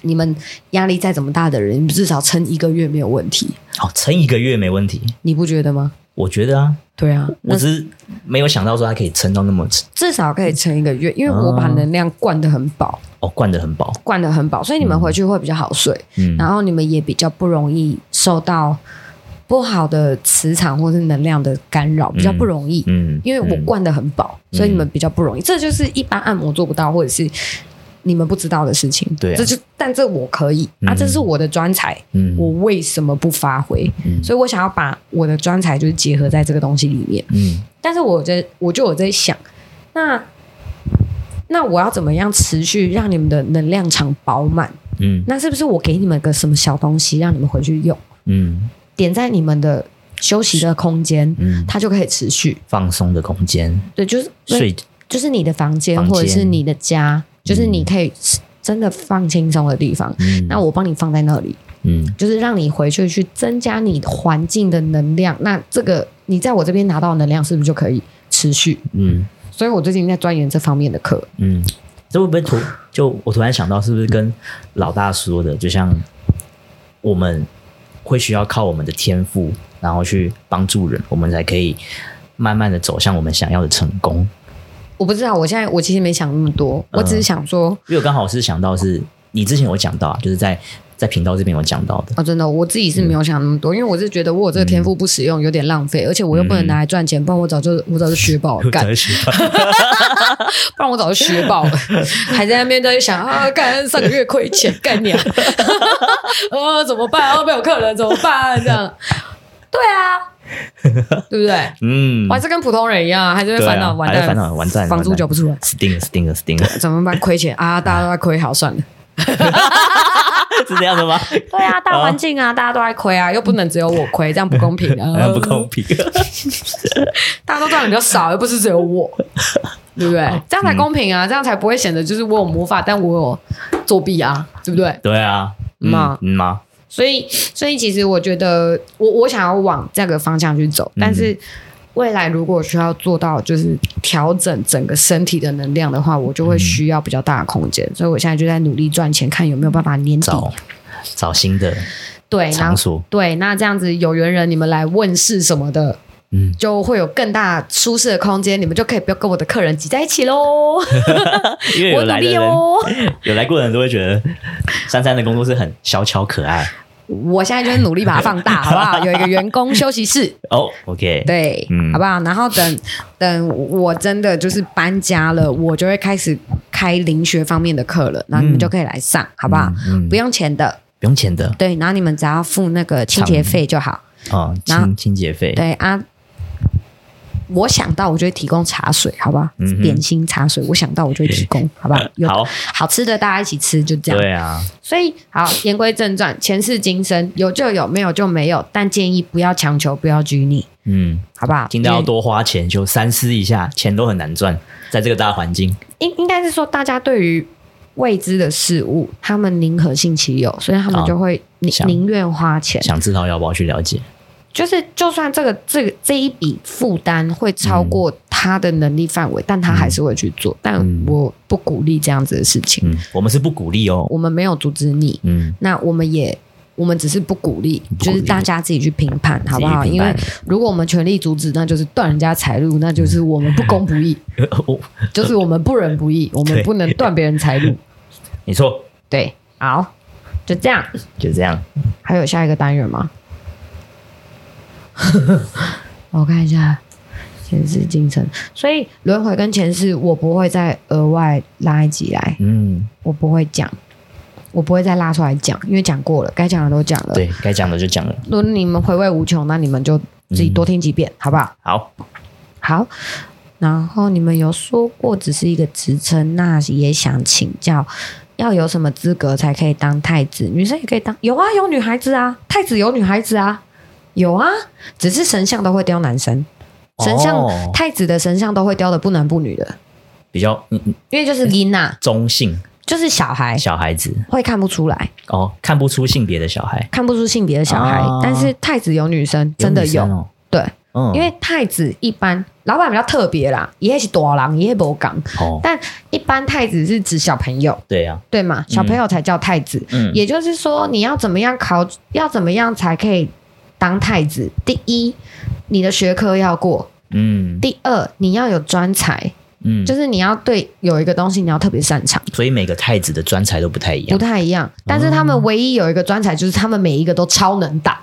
Speaker 2: 你们压力再怎么大的人，你们至少撑一个月没有问题，
Speaker 1: 好哦撑一个月没问题，
Speaker 2: 你不觉得吗？
Speaker 1: 我觉得啊，
Speaker 2: 对啊，
Speaker 1: 我
Speaker 2: 那
Speaker 1: 只是没有想到说它可以撑到那么
Speaker 2: 至少可以撑一个月，因为我把
Speaker 1: 哦
Speaker 2: 能量灌得很饱，
Speaker 1: 哦灌的很饱，
Speaker 2: 灌得很饱，所以你们回去会比较好睡，
Speaker 1: 嗯
Speaker 2: 然后你们也比较不容易受到不好的磁场或是能量的干扰，比较不容易。
Speaker 1: 嗯，
Speaker 2: 因为我
Speaker 1: 嗯
Speaker 2: 灌得很饱，
Speaker 1: 嗯
Speaker 2: 所以你们比较不容易。这就是一般按摩做不到，或者是你们不知道的事情。
Speaker 1: 对啊
Speaker 2: 这就但这我可以啊，
Speaker 1: 嗯
Speaker 2: 这是我的专才，
Speaker 1: 嗯
Speaker 2: 我为什么不发挥？
Speaker 1: 嗯
Speaker 2: 所以我想要把我的专才就是结合在这个东西里面。
Speaker 1: 嗯
Speaker 2: 但是我在我就有在想，那那我要怎么样持续让你们的能量场饱满？
Speaker 1: 嗯
Speaker 2: 那是不是我给你们个什么小东西，让你们回去用，
Speaker 1: 嗯
Speaker 2: 点在你们的休息的空间，
Speaker 1: 嗯，
Speaker 2: 它就可以持续？
Speaker 1: 放松的空间，
Speaker 2: 对，就是
Speaker 1: 睡
Speaker 2: 就是你的房间
Speaker 1: 房间
Speaker 2: 或者是你的家，就是你可以真的放轻松的地方。
Speaker 1: 嗯
Speaker 2: 那我帮你放在那里，
Speaker 1: 嗯
Speaker 2: 就是让你回去去增加你环境的能量。那这个你在我这边拿到的能量，是不是就可以持续？
Speaker 1: 嗯
Speaker 2: 所以我最近在钻研这方面的课。
Speaker 1: 嗯，这会不会突就我突然想到，是不是跟老大说的，就像我们会需要靠我们的天赋，然后去帮助人，我们才可以慢慢的走向我们想要的成功。
Speaker 2: 我不知道，我现在我其实没想那么多，
Speaker 1: 嗯
Speaker 2: 我只是想说，
Speaker 1: 因为我刚好是想到是你之前有讲到啊，就是在在频道这边有讲到的，
Speaker 2: 哦，真的，我自己是没有想那么多，因为我是觉得我有这个天赋不使用有点浪费，而且我又不能拿来赚钱，不然我早就我早就学爆 了，干，
Speaker 1: 才学到
Speaker 2: 不然我早就学爆了， 还在那边在想啊，干上个月亏钱，干 你啊，呃，怎么办？啊，没有客人怎么办？这样，对啊，对不对？
Speaker 1: 嗯
Speaker 2: 我，还是跟普通人一样，还是会
Speaker 1: 对
Speaker 2: 烦恼，
Speaker 1: 啊，
Speaker 2: 完
Speaker 1: 还在
Speaker 2: 蛋，
Speaker 1: 烦恼，完蛋，
Speaker 2: 房租
Speaker 1: 完蛋
Speaker 2: 缴不出来，
Speaker 1: 死定了，死定了，死定 了，
Speaker 2: 怎么办？亏钱啊，大家都在亏，好算了。
Speaker 1: 是这样的吗？
Speaker 2: 对啊，大环境啊，大家都在亏啊，又不能只有我亏，这样不公平 啊，
Speaker 1: 很哎不公平。
Speaker 2: 大家都赚的比较少，又不是只有我， 对不对？这样才公平
Speaker 1: 嗯
Speaker 2: 啊，这样才不会显得就是我有魔法，但我有作弊啊，对不对？
Speaker 1: 对啊，嗯
Speaker 2: 嘛
Speaker 1: 嗯嘛，
Speaker 2: 所以，所以其实我觉得我，我想要往这个方向去走，
Speaker 1: 嗯
Speaker 2: 但是未来如果需要做到就是调整整个身体的能量的话，我就
Speaker 1: 嗯
Speaker 2: 会需要比较大的空间，所以我现在就在努力赚钱，看有没有办法年底
Speaker 1: 找找新的
Speaker 2: 哎对，然后
Speaker 1: 场所，
Speaker 2: 对，那这样子有缘人你们来问事什么的，
Speaker 1: 嗯
Speaker 2: 就会有更大舒适的空间，你们就可以不要跟我的客人挤在一起喽。
Speaker 1: 因为 有
Speaker 2: 我
Speaker 1: 来的
Speaker 2: 努力
Speaker 1: 人，
Speaker 2: 哦，
Speaker 1: 有来过的人都会觉得珊珊的工作是很小巧可爱
Speaker 2: 我现在就是努力把它放大，好不好？有一个员工休息 室，
Speaker 1: 哦。OK，
Speaker 2: 对，
Speaker 1: 嗯
Speaker 2: 好不好？然后等等我真的就是搬家了，我就会开始开灵学方面的课了，然后你们就可以来上，好不好？
Speaker 1: 嗯嗯嗯
Speaker 2: 不用钱的，
Speaker 1: 不用钱的
Speaker 2: 对，然后你们只要付那个清洁费就好，
Speaker 1: 哦，
Speaker 2: 然后
Speaker 1: 清清洁费，
Speaker 2: 对啊。我想到我就会提供茶水，好不好？
Speaker 1: 嗯哼
Speaker 2: 点心茶水，我想到我就会提 供，好不好？有
Speaker 1: 好
Speaker 2: 好吃的大家一起吃，就这样。
Speaker 1: 对啊，
Speaker 2: 所以好，言归正传，前世今生有就有，没有就没有，但建议不要强求，不要拘泥，
Speaker 1: 嗯，
Speaker 2: 好不好？
Speaker 1: 听到要多花钱就三思一下，钱都很难赚，在这个大环境，
Speaker 2: 因为应应该是说，大家对于未知的事物，他们宁可信其有，所以他们
Speaker 1: 啊
Speaker 2: 就会宁
Speaker 1: 想
Speaker 2: 宁愿花钱。
Speaker 1: 想知道要不要去了解，
Speaker 2: 就是就算这个这个这一笔负担会超过他的能力范围，但他还是会去
Speaker 1: 嗯
Speaker 2: 做。但我不鼓励这样子的事情，
Speaker 1: 嗯，我们是不鼓励哦，
Speaker 2: 我们没有阻止你，
Speaker 1: 嗯
Speaker 2: 那我们也我们只是不鼓励，
Speaker 1: 不鼓
Speaker 2: 就
Speaker 1: 励
Speaker 2: 是大家自己去评判，好不好？
Speaker 1: 自己评
Speaker 2: 因
Speaker 1: 判
Speaker 2: 为如果我们全力阻止，那就是断人家财路，那就是我们不公不 义，
Speaker 1: 哦，
Speaker 2: 就是我们不仁不义，我们
Speaker 1: 对
Speaker 2: 不能断别人 财路。
Speaker 1: 没错，
Speaker 2: 对，好，就这样。
Speaker 1: 就这样。
Speaker 2: 还有下一个单元吗？ 我看一下前世今生，所以轮回跟前世，我不会再额外拉一集来，
Speaker 1: 嗯，
Speaker 2: 我不会讲，我不会再拉出来讲，因为讲过了，该讲的都讲了。
Speaker 1: 对该讲的就讲了。
Speaker 2: 如果你们回味无穷，那你们就自己多听几遍，好不好？
Speaker 1: 好，
Speaker 2: 好。然后你们有说过只是一个职称，那也想请教，要有什么资格才可以当太子？女生也可以当，有啊，有女孩子啊，太子有女孩子啊，有啊，只是神像都会雕男生，神像、
Speaker 1: 哦
Speaker 2: 太子的神像都会雕的不男不女的，
Speaker 1: 比较嗯嗯
Speaker 2: 因为就是琳娜、
Speaker 1: 中性
Speaker 2: 就是小孩
Speaker 1: 小孩子
Speaker 2: 会看不出来，
Speaker 1: 哦，看不出性别的小孩，
Speaker 2: 看不出性别的小孩，
Speaker 1: 啊
Speaker 2: 但是太子有女生，真的
Speaker 1: 女
Speaker 2: 有，
Speaker 1: 生哦，
Speaker 2: 对，
Speaker 1: 嗯，
Speaker 2: 因为太子一般老板比较特别啦，也是多狼，也不讲，
Speaker 1: 哦，
Speaker 2: 但一般太子是指小朋友，
Speaker 1: 对啊，
Speaker 2: 对吗？小朋友才叫太子，
Speaker 1: 嗯，
Speaker 2: 也就是说你要怎么样考，要怎么样才可以当太子？第一，你的学科要过；
Speaker 1: 嗯
Speaker 2: 第二，你要有专才，
Speaker 1: 嗯，
Speaker 2: 就是你要对有一个东西你要特别擅长，
Speaker 1: 所以每个太子的专才都不太一
Speaker 2: 不
Speaker 1: 样，
Speaker 2: 太一样。但是他们唯一有一个专才，就是他们每一个都超能打，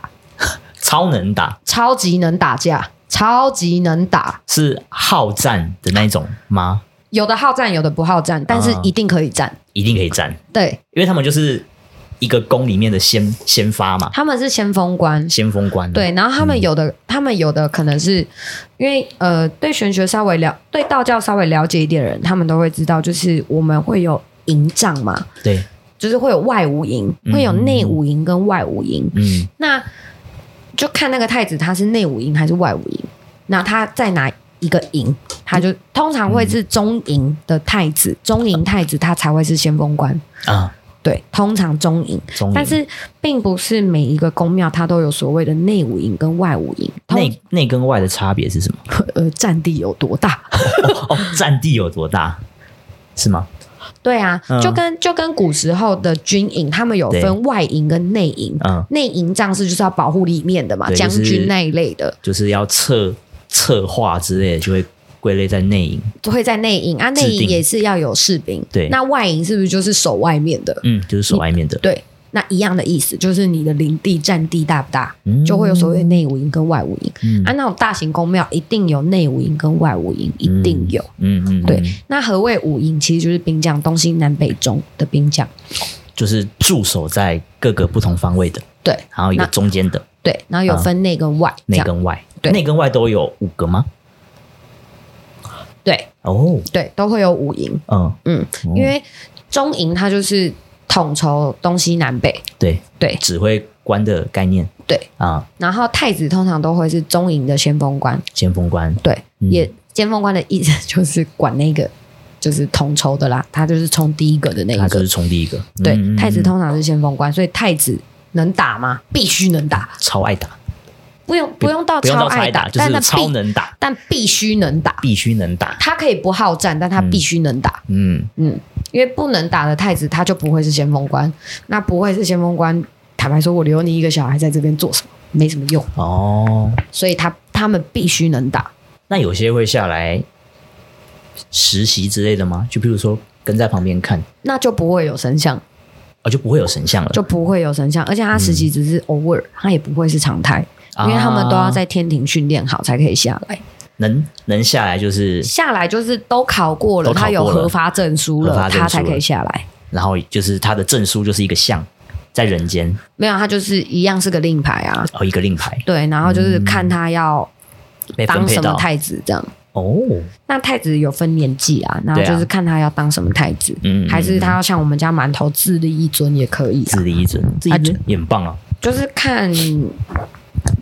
Speaker 1: 超能打
Speaker 2: 超级能打架，超级能打。
Speaker 1: 是好战的那一种吗？
Speaker 2: 有的好战，有的不好战，但是
Speaker 1: 啊
Speaker 2: 一定可以战。
Speaker 1: 一定可以战，
Speaker 2: 对，
Speaker 1: 因为他们就是一个宫里面的先先发嘛，
Speaker 2: 他们是先锋官，
Speaker 1: 先锋官，
Speaker 2: 对，，然后他们有的，他们有的可能是因为呃，对玄学稍微了，对道教稍微了解一点的人，他们都会知道，就是我们会有营帐嘛，
Speaker 1: 对，
Speaker 2: 就是会有外五营，会有内五营跟外五营。
Speaker 1: 嗯
Speaker 2: 那就看那个太子他是内五营还是外五营，那他在哪一个营，他就通常会是中营的太子，中营太子他才会是先锋官。
Speaker 1: 啊，
Speaker 2: 对，通常中营，
Speaker 1: 中营
Speaker 2: 但是并不是每一个宫庙它都有所谓的内五营跟外五营，通
Speaker 1: 内内跟外的差别是什么？
Speaker 2: 呃占地有多大？
Speaker 1: 哦，占地有多大？是吗？
Speaker 2: 对啊，
Speaker 1: 嗯
Speaker 2: 就跟就跟古时候的军营，他们有
Speaker 1: 对
Speaker 2: 分外营跟内营，
Speaker 1: 嗯，
Speaker 2: 内营仗势就是要保护里面的嘛，
Speaker 1: 对
Speaker 2: 将
Speaker 1: 就是
Speaker 2: 军那一类的
Speaker 1: 就是要策策划之类的，就会归类在内营。
Speaker 2: 都会在内营啊，内
Speaker 1: 制
Speaker 2: 营
Speaker 1: 定
Speaker 2: 也是要有士兵，
Speaker 1: 对
Speaker 2: 那外营是不是就是守外面的？
Speaker 1: 嗯，就是守外面的。
Speaker 2: 对，那一样的意思，就是你的领地占地大不大，
Speaker 1: 嗯
Speaker 2: 就会有所谓的内五营跟外五营。
Speaker 1: 嗯
Speaker 2: 啊，那种大型宫庙一定有内五营跟外五营，一定有。
Speaker 1: 嗯嗯，嗯
Speaker 2: 对，那何谓五营？其实就是兵将，东西南北中的兵将。
Speaker 1: 就是驻守在各个不同方位的，
Speaker 2: 对
Speaker 1: 然后有
Speaker 2: 那
Speaker 1: 中间的
Speaker 2: 对，然后有分内跟外，这
Speaker 1: 内
Speaker 2: 样
Speaker 1: 跟外，
Speaker 2: 对
Speaker 1: 内跟外都有五个吗？
Speaker 2: 对
Speaker 1: 哦，
Speaker 2: 对都会有五营。
Speaker 1: 嗯，
Speaker 2: 嗯，
Speaker 1: 哦
Speaker 2: 因为中营它就是统筹东西南北，
Speaker 1: 对，
Speaker 2: 对
Speaker 1: 指挥官的概念，
Speaker 2: 对。
Speaker 1: 啊，
Speaker 2: 然后太子通常都会是中营的先锋官，
Speaker 1: 先锋官，
Speaker 2: 对，
Speaker 1: 嗯
Speaker 2: 也先锋官的意思就是管那个就是统筹的啦，他就是冲第一个的那
Speaker 1: 他
Speaker 2: 一
Speaker 1: 就是
Speaker 2: 个。
Speaker 1: 冲第一个，
Speaker 2: 对，
Speaker 1: 嗯嗯嗯
Speaker 2: 太子通常是先锋官，所以太子能打吗？必须能打，
Speaker 1: 超爱打，
Speaker 2: 不用不用到
Speaker 1: 不用
Speaker 2: 哦超
Speaker 1: 到
Speaker 2: 爱
Speaker 1: 爱
Speaker 2: 打，
Speaker 1: 打，就
Speaker 2: 但
Speaker 1: 是
Speaker 2: 他
Speaker 1: 超
Speaker 2: 必
Speaker 1: 能打，
Speaker 2: 但必须能打。
Speaker 1: 必须能打，
Speaker 2: 他可以不好战，但他必须能打。
Speaker 1: 嗯，
Speaker 2: 嗯因为不能打的太子，他就不会是先锋官。那不会是先锋官，坦白说，我留你一个小孩在这边做什么？没什么用。
Speaker 1: 哦，
Speaker 2: 所以他他们必须能打。
Speaker 1: 那有些会下来实习之类的吗？就比如说跟在旁边看，
Speaker 2: 那就不会有神像，
Speaker 1: 哦，就不会有神像了，
Speaker 2: 就不会有神像，而且他实习只是偶尔，他也不会是常态，因为他们都
Speaker 1: 嗯
Speaker 2: 要
Speaker 1: 啊哎
Speaker 2: 在天庭训练好才可以下来。
Speaker 1: 能能下来就是，
Speaker 2: 下来就是都考过了，
Speaker 1: 都考
Speaker 2: 他有
Speaker 1: 过了
Speaker 2: 合法证书
Speaker 1: 合
Speaker 2: 了，
Speaker 1: 法证书
Speaker 2: 他才可以
Speaker 1: 了
Speaker 2: 下来。
Speaker 1: 然后就是他的证书就是一个像，在人间
Speaker 2: 没有，他就是一样是个令牌啊。
Speaker 1: 哦一个令牌
Speaker 2: 对，然后就是看他要
Speaker 1: 嗯被分
Speaker 2: 当
Speaker 1: 配
Speaker 2: 什么
Speaker 1: 到
Speaker 2: 太子这样。
Speaker 1: 哦，
Speaker 2: 那太子有分年纪啊，然后
Speaker 1: 对啊
Speaker 2: 就是看他要当什么太子，
Speaker 1: 嗯嗯
Speaker 2: 还是他要像我们家馒头自立一尊也可以、
Speaker 1: 自
Speaker 2: 啊，
Speaker 1: 立一尊，自立一尊也很棒啊，
Speaker 2: 就是看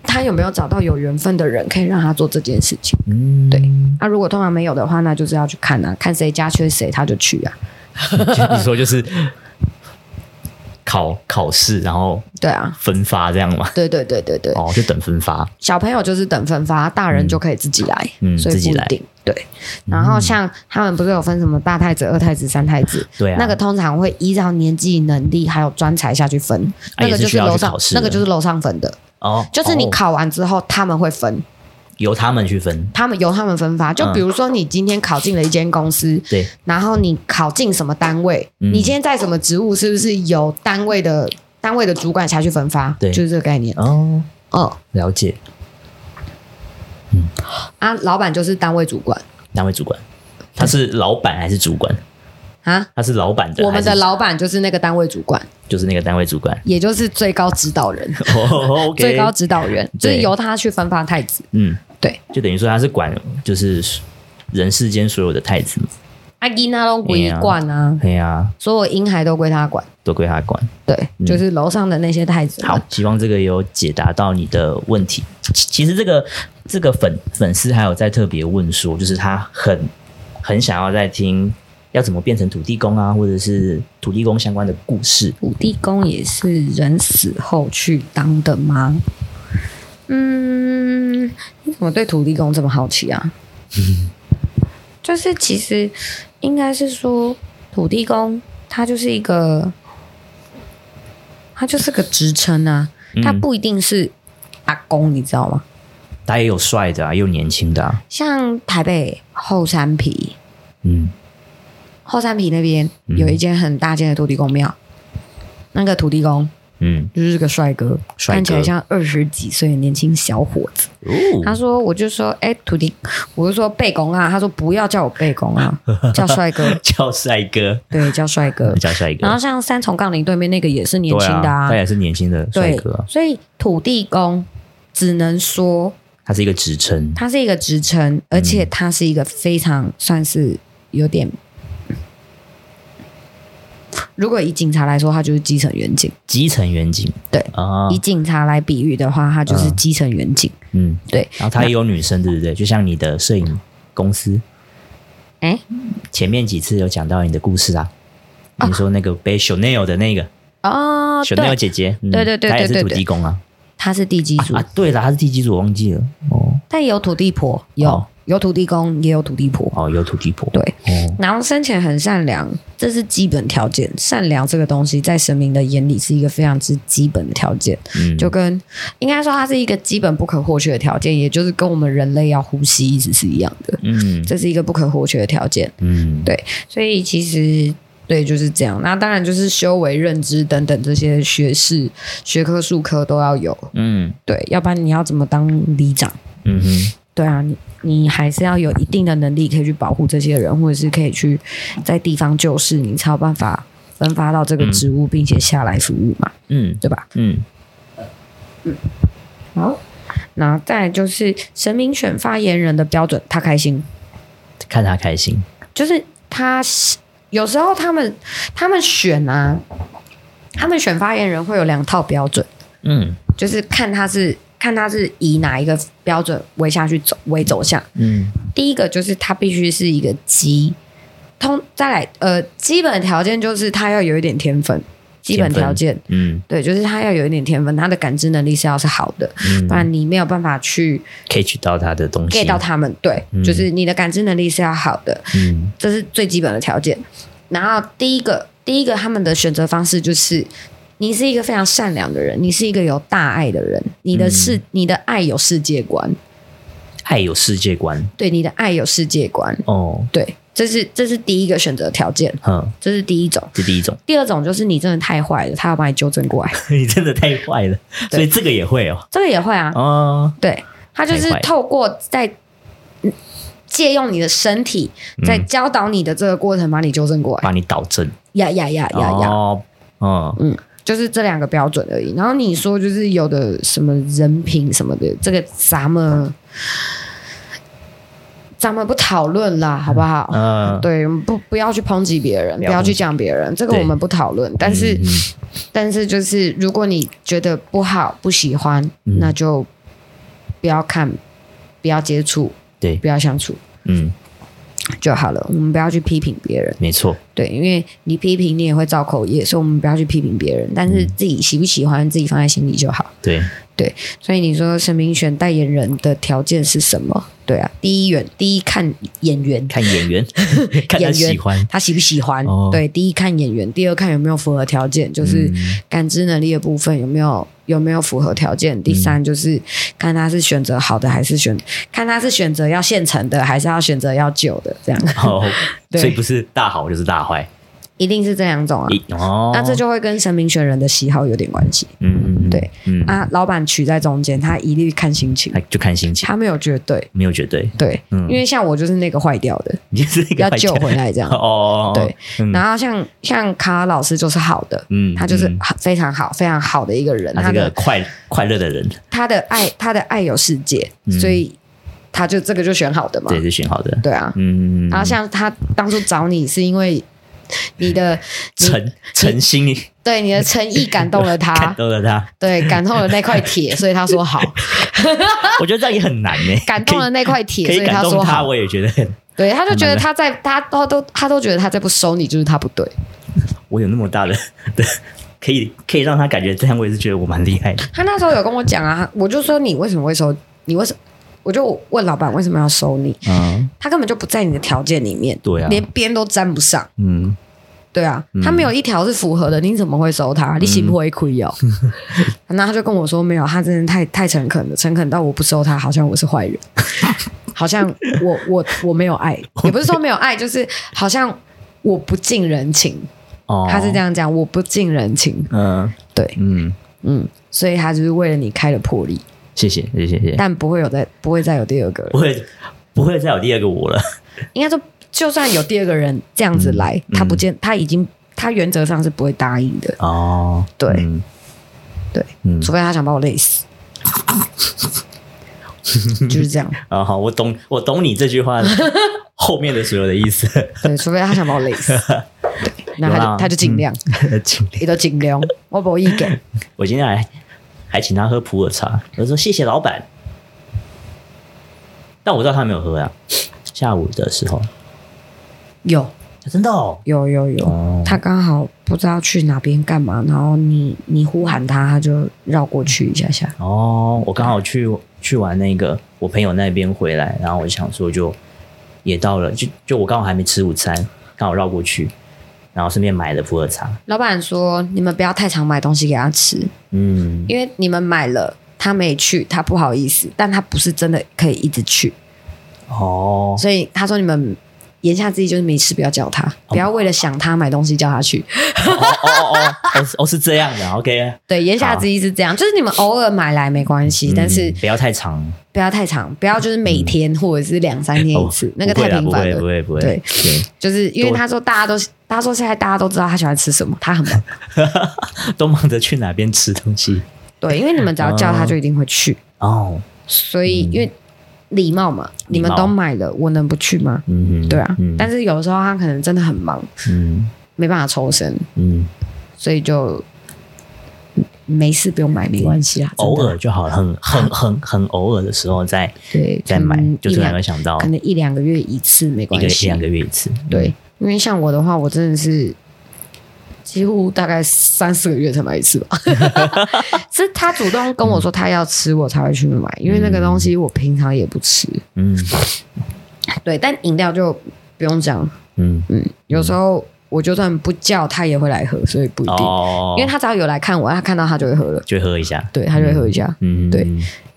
Speaker 2: 他有没有找到有缘分的人可以让他做这件事情。
Speaker 1: 嗯，
Speaker 2: 对那、如果通常没有的话，那就是要去看啊，看谁家缺谁他就去啊。
Speaker 1: 就你说就是考考试，然后
Speaker 2: 对啊，
Speaker 1: 分发这样嘛？
Speaker 2: 对对对对对，
Speaker 1: 哦，就等分发。
Speaker 2: 小朋友就是等分发，大人就可以自己来，
Speaker 1: 嗯
Speaker 2: 所以
Speaker 1: 自己
Speaker 2: 不一
Speaker 1: 来
Speaker 2: 定对。然后像他们不是有分什么大太子、二太子、三太子，
Speaker 1: 对啊，
Speaker 2: 那个通常会依照年纪、能力还有专才下去分，
Speaker 1: 啊
Speaker 2: 那个
Speaker 1: 也是
Speaker 2: 就
Speaker 1: 需
Speaker 2: 是
Speaker 1: 要去
Speaker 2: 楼上
Speaker 1: 考试，的
Speaker 2: 那个就是楼上分的，
Speaker 1: 哦，
Speaker 2: 就是你
Speaker 1: 哦
Speaker 2: 考完之后他们会分，
Speaker 1: 由他们去分。
Speaker 2: 他们由他们分发。就
Speaker 1: 嗯
Speaker 2: 比如说你今天考进了一间公司，
Speaker 1: 对，
Speaker 2: 然后你考进什么单位，
Speaker 1: 嗯
Speaker 2: 你今天在什么职务，是不是由单位的单位的主管下去分发？
Speaker 1: 对
Speaker 2: 就是这个概念。
Speaker 1: 哦，
Speaker 2: 嗯，
Speaker 1: 了解，
Speaker 2: 啊，老板就是单位主管
Speaker 1: 单位主管，他是老板还是主管？
Speaker 2: 啊。
Speaker 1: 他是老板的，
Speaker 2: 我们的
Speaker 1: 还是
Speaker 2: 老板就是那个单位主管，
Speaker 1: 就是那个单位主管。
Speaker 2: 也就是最高指导人，
Speaker 1: 哦，OK，
Speaker 2: 最高指导人就是
Speaker 1: 对
Speaker 2: 由他去分发太子。
Speaker 1: 嗯，
Speaker 2: 对，
Speaker 1: 就等于说他是管就是人世间所有的太子嘛。
Speaker 2: 阿
Speaker 1: 哎
Speaker 2: 吉那都归管啊，
Speaker 1: 对呀、
Speaker 2: 所有婴孩都归他管。
Speaker 1: 都归他管。
Speaker 2: 对，就是楼上的那些太子。
Speaker 1: 嗯好，，希望这个有解答到你的问题。其其实这个这个粉粉丝还有在特别问说，就是他很很想要在听要怎么变成土地公啊，或者是土地公相关的故事。
Speaker 2: 土地公也是人死后去当的吗？嗯，你怎么对土地公这么好奇啊？就是其实应该是说土地公他就是一个，他就是个职称啊，他不一定是阿公，你知道吗？
Speaker 1: 他也有帅的啊，也有年轻的啊。
Speaker 2: 像台北后山皮，
Speaker 1: 嗯，
Speaker 2: 后山皮那边有一间很大间的土地公庙，那个土地公
Speaker 1: 嗯，
Speaker 2: 就是个帅哥，
Speaker 1: 帅哥
Speaker 2: 看起来像二十几岁的年轻小伙子。他
Speaker 1: 哦，
Speaker 2: 说，我就说，哎、土地，我就说背公啊，他说不要叫我背公啊， 叫帅哥，
Speaker 1: 叫帅哥，
Speaker 2: 对，叫帅 哥。
Speaker 1: 叫帅哥。
Speaker 2: 呃然后像三重杠铃对面那个也是年轻的
Speaker 1: 对啊，
Speaker 2: 啊，
Speaker 1: 他也是年轻的帅
Speaker 2: 对
Speaker 1: 哥啊，
Speaker 2: 所以土地公只能说
Speaker 1: 他是一个职称。
Speaker 2: 它是一个职称，而且它是一个非常算是有点。如果以警察来说，它就是基层员警；
Speaker 1: 基层远景，
Speaker 2: 对
Speaker 1: 啊，
Speaker 2: 以警察来比喻的话，它就是
Speaker 1: 嗯
Speaker 2: 基层员警。
Speaker 1: 嗯，
Speaker 2: 对，
Speaker 1: 然后他也有女生，对不对？就像你的摄影公司，
Speaker 2: 哎
Speaker 1: 前面几次有讲到你的故事啊，你说那个背 Chanel 的那个
Speaker 2: 哦，
Speaker 1: Chanel
Speaker 2: 对，
Speaker 1: 姐姐，嗯
Speaker 2: 对对对
Speaker 1: 她也是
Speaker 2: 对对
Speaker 1: 土
Speaker 2: 对
Speaker 1: 地公啊
Speaker 2: 他是地基
Speaker 1: 啊
Speaker 2: 主，
Speaker 1: 啊对了，她是地基主，我忘记了哦
Speaker 2: 但也有土地婆，有、
Speaker 1: 哦
Speaker 2: 有土地公，也有土地婆。
Speaker 1: 哦，有土地婆，
Speaker 2: 对
Speaker 1: 哦，
Speaker 2: 然后生前很善良，这是基本条件。善良这个东西，在神明的眼里是一个非常之基本的条件。
Speaker 1: 嗯，
Speaker 2: 就跟应该说它是一个基本不可或缺的条件，也就是跟我们人类要呼吸一直是一样的，
Speaker 1: 嗯
Speaker 2: 这是一个不可或缺的条件。
Speaker 1: 嗯
Speaker 2: 对所以其实对就是这样。那当然就是修为、认知等等这些学士、学科、术科都要有，
Speaker 1: 嗯
Speaker 2: 对，要不然你要怎么当里长？
Speaker 1: 嗯哼
Speaker 2: 对啊，你你还是要有一定的能力，可以去保护这些人，或者是可以去在地方救市，你才有办法分发到这个职务，并且下来服务嘛，
Speaker 1: 嗯
Speaker 2: 对吧？
Speaker 1: 嗯
Speaker 2: 好，那再来就是神明选发言人的标准，他开心，
Speaker 1: 看他开心，
Speaker 2: 就是他是有时候他们他们选啊，他们选发言人会有两套标准，
Speaker 1: 嗯
Speaker 2: 就是看他是看他是以哪一个标准为下去走为走向。
Speaker 1: 嗯
Speaker 2: 第一个就是他必须是一个鸡，通再来呃基本条件就是他要有一点天分，基本条件
Speaker 1: 嗯
Speaker 2: 对，就是他要有一点天分，他的感知能力是要是好的，不
Speaker 1: 嗯
Speaker 2: 然你没有办法去。
Speaker 1: ，catch 到他的东西啊
Speaker 2: get 到他们，对，
Speaker 1: 嗯
Speaker 2: 就是你的感知能力是要好的，
Speaker 1: 嗯
Speaker 2: 这是最基本的条件。然后第一个，第一个他们的选择方式就是，你是一个非常善良的人，你是一个有大爱的人，你的世，
Speaker 1: 嗯
Speaker 2: 你的爱有世界观，
Speaker 1: 爱有世界观
Speaker 2: 对，你的爱有世界观，
Speaker 1: 哦，
Speaker 2: 对，这是这是第一个选择条件，
Speaker 1: 嗯，
Speaker 2: 这是第一种。
Speaker 1: 这第一种。
Speaker 2: 第二种就是你真的太坏了，他要把你纠正过来，
Speaker 1: 你真的太坏了，
Speaker 2: 对
Speaker 1: 所以这个也会哦。
Speaker 2: 这个也会啊，
Speaker 1: 哦，
Speaker 2: 对，他就是
Speaker 1: 太坏
Speaker 2: 透过在嗯借用你的身体，在教导你的这个过程，把你纠正过来。
Speaker 1: 嗯把你导正。
Speaker 2: 呀呀呀呀呀，
Speaker 1: 哦，嗯，
Speaker 2: 就是这两个标准而已。然后你说就是有的什么人品什么的，这个咱们咱们不讨论啦，好不好？
Speaker 1: 嗯
Speaker 2: 哦对，不不要去抨击别人，
Speaker 1: 不要
Speaker 2: 不要
Speaker 1: 抨击
Speaker 2: 去讲别人，这个
Speaker 1: 对
Speaker 2: 我们不讨论。但是、
Speaker 1: 嗯
Speaker 2: 但是就是如果你觉得不好不喜欢，
Speaker 1: 嗯
Speaker 2: 那就不要看，不要接触，
Speaker 1: 对
Speaker 2: 不要相处。
Speaker 1: 嗯
Speaker 2: 就好了，我们不要去批评别人。
Speaker 1: 没错，
Speaker 2: 对，因为你批评你也会造口业，所以我们不要去批评别人，但
Speaker 1: 嗯
Speaker 2: 是自己喜不喜欢，自己放在心里就好。
Speaker 1: 对，
Speaker 2: 所以你说陈明选代言人的条件是什么？对啊，第一眼第一看演员，
Speaker 1: 看演 员，看他
Speaker 2: 演员
Speaker 1: 喜欢，
Speaker 2: 他喜不喜欢？
Speaker 1: 哦
Speaker 2: 对，第一看演员，第二看有没有符合条件，就是
Speaker 1: 嗯
Speaker 2: 感知能力的部分有没有有没有符合条件。第三就是看他是选择好的还是选看他是选择要现成的还是要选择要旧的，这样
Speaker 1: 哦，
Speaker 2: 对
Speaker 1: 所以不是大好就是大坏，
Speaker 2: 一定是这两种啊。
Speaker 1: 一哦，
Speaker 2: 那这就会跟神明选人的喜好有点关系
Speaker 1: 嗯嗯嗯
Speaker 2: 对，
Speaker 1: 嗯，
Speaker 2: 啊。老板取在中间，他一律看心情
Speaker 1: 还，就看心情，
Speaker 2: 他没有绝对。
Speaker 1: 没有绝对，
Speaker 2: 对，
Speaker 1: 嗯
Speaker 2: 因为像我就是那个坏掉的，
Speaker 1: 你是一个
Speaker 2: 要
Speaker 1: 坏
Speaker 2: 救
Speaker 1: 蛋
Speaker 2: 回来这样。
Speaker 1: 哦，
Speaker 2: 对，
Speaker 1: 嗯
Speaker 2: 然后像像卡拉老师就是好的，
Speaker 1: 嗯
Speaker 2: 他就是
Speaker 1: 嗯
Speaker 2: 好非常好、非常好的一个人，
Speaker 1: 他
Speaker 2: 他
Speaker 1: 是个
Speaker 2: 的
Speaker 1: 快快乐的人，
Speaker 2: 他的爱他的爱有世界，
Speaker 1: 嗯
Speaker 2: 所以他就这个就选好的嘛，
Speaker 1: 对，是选好的，
Speaker 2: 对啊。
Speaker 1: 嗯，
Speaker 2: 然后像他当初找你是因为你的你
Speaker 1: 诚诚心
Speaker 2: 对你的诚意感动 了
Speaker 1: 感
Speaker 2: 他，
Speaker 1: 动了他，
Speaker 2: 对感动了那块 铁，所以他说好，
Speaker 1: 我觉得这样也很难欸呢，
Speaker 2: 感动了那块铁，
Speaker 1: 可以
Speaker 2: 所以
Speaker 1: 感动
Speaker 2: 说
Speaker 1: 他，
Speaker 2: 好。
Speaker 1: 我也觉得很
Speaker 2: 对，他就觉得他在他他都他都觉得他再不收你就是他不对，
Speaker 1: 我有那么大的的，可以可以让他感觉这样，我也是觉得我蛮厉害的。
Speaker 2: 他那时候有跟我讲啊，我就说你为什么会收？你为什我就问老板为什么要收你？
Speaker 1: 嗯
Speaker 2: 他根本就不在你的条件里面，
Speaker 1: 对啊
Speaker 2: 连边都沾不上，
Speaker 1: 嗯，
Speaker 2: 对啊，他没有一条是符合的，你怎么会收他？
Speaker 1: 嗯
Speaker 2: 你心会 亏哦。那他就跟我说没有，他真的太太诚恳了，诚恳到我不收他，好像我是 坏人，好像我我我没有爱，也不是说没有爱，就是好像我不近人情。
Speaker 1: 哦，
Speaker 2: 他是这，样讲，我不近人情，
Speaker 1: 嗯
Speaker 2: 对，
Speaker 1: 嗯，
Speaker 2: 嗯，所以他就是为了你开了破例，
Speaker 1: 谢谢谢谢谢谢，
Speaker 2: 但不会有再不会再有第二个人
Speaker 1: 不，会不会再有第二个我了，
Speaker 2: 应该说就算有第二个人这样子来，
Speaker 1: 嗯
Speaker 2: 他不见他已经他原则上是不会答应的，
Speaker 1: 哦，
Speaker 2: 对
Speaker 1: 嗯
Speaker 2: 对，
Speaker 1: 嗯，
Speaker 2: 除非他想把我累死，就是这样，
Speaker 1: 啊好，我懂我懂你这句 话后面的所有的意思，
Speaker 2: 对，除非他想把我累死，对，那他
Speaker 1: 有啦嗯
Speaker 2: 就他就尽量，
Speaker 1: 尽力
Speaker 2: 也都尽量，我不意见，
Speaker 1: 我今天还还请他喝普洱茶，我说谢谢老板，但我知道他没有喝呀、下午的时候，啊
Speaker 2: 有
Speaker 1: 真的哦，
Speaker 2: 有有
Speaker 1: 哦
Speaker 2: 有，他刚好不知道去哪边干嘛，然后你你呼喊他，他就绕过去一下下，
Speaker 1: 哦，我刚好去去完那个我朋友那边回来，然后我想说就也到了，就就我刚好还没吃午餐，刚好绕过去，然后顺便买了普洱茶，
Speaker 2: 老板说你们不要太常买东西给他吃，
Speaker 1: 嗯，
Speaker 2: 因为你们买了，他没去，他不好意思，但他不是真的可以一直去，
Speaker 1: 哦，
Speaker 2: 所以他说你们言下之意就是没事不要叫他，不要为了想他买东西叫他去。
Speaker 1: 哦哦哦哦哦是，哦是这样的，OK，
Speaker 2: 对，言下之意是这样，就是你们偶尔买来没关系，但是
Speaker 1: 嗯不要太长，
Speaker 2: 不要太长，不要就是每天或者是两三天一次，
Speaker 1: 哦
Speaker 2: 那个太频
Speaker 1: 不
Speaker 2: 繁
Speaker 1: 会啦不
Speaker 2: 了。
Speaker 1: 会不会不会，
Speaker 2: 对
Speaker 1: 对。
Speaker 2: 就是因为
Speaker 1: 多
Speaker 2: 他说大家都，他说现在大家都知道他喜欢吃什么，他很忙。
Speaker 1: 都忙着去哪边吃东西。
Speaker 2: 对，因为你们只要叫他
Speaker 1: 哦
Speaker 2: 就一定会去，
Speaker 1: 哦，
Speaker 2: 所以
Speaker 1: 嗯
Speaker 2: 因为礼貌嘛，你们
Speaker 1: 礼貌
Speaker 2: 都买了，我能不去吗？
Speaker 1: 嗯，
Speaker 2: 对啊，
Speaker 1: 嗯，
Speaker 2: 但是有的时候他可能真的很忙，
Speaker 1: 嗯
Speaker 2: 没办法抽身，
Speaker 1: 嗯，
Speaker 2: 所以就嗯没事不用买，没关系啦，真的
Speaker 1: 偶尔就好了，很很很很偶尔的时候再
Speaker 2: 对
Speaker 1: 再买
Speaker 2: 可能，
Speaker 1: 就
Speaker 2: 一
Speaker 1: 突然
Speaker 2: 两
Speaker 1: 会想到
Speaker 2: 可能一两个月一次没
Speaker 1: 一个
Speaker 2: 关
Speaker 1: 一
Speaker 2: 系啊
Speaker 1: 两，个月一次。
Speaker 2: 对，因为像我的话，我真的是。几乎大概三四个月才买一次 吧，是他主动跟我说他要吃，我才会去买，因为那个东西我平常也不吃。
Speaker 1: 嗯，
Speaker 2: 对，但饮料就不用讲，
Speaker 1: 嗯嗯，
Speaker 2: 嗯，有时候我就算不叫他也会来喝，所以嗯不一定，
Speaker 1: 哦，
Speaker 2: 因为他只要有来看我，他看到他就会喝了，
Speaker 1: 就喝一下，
Speaker 2: 对他就会喝一下。
Speaker 1: 嗯，
Speaker 2: 对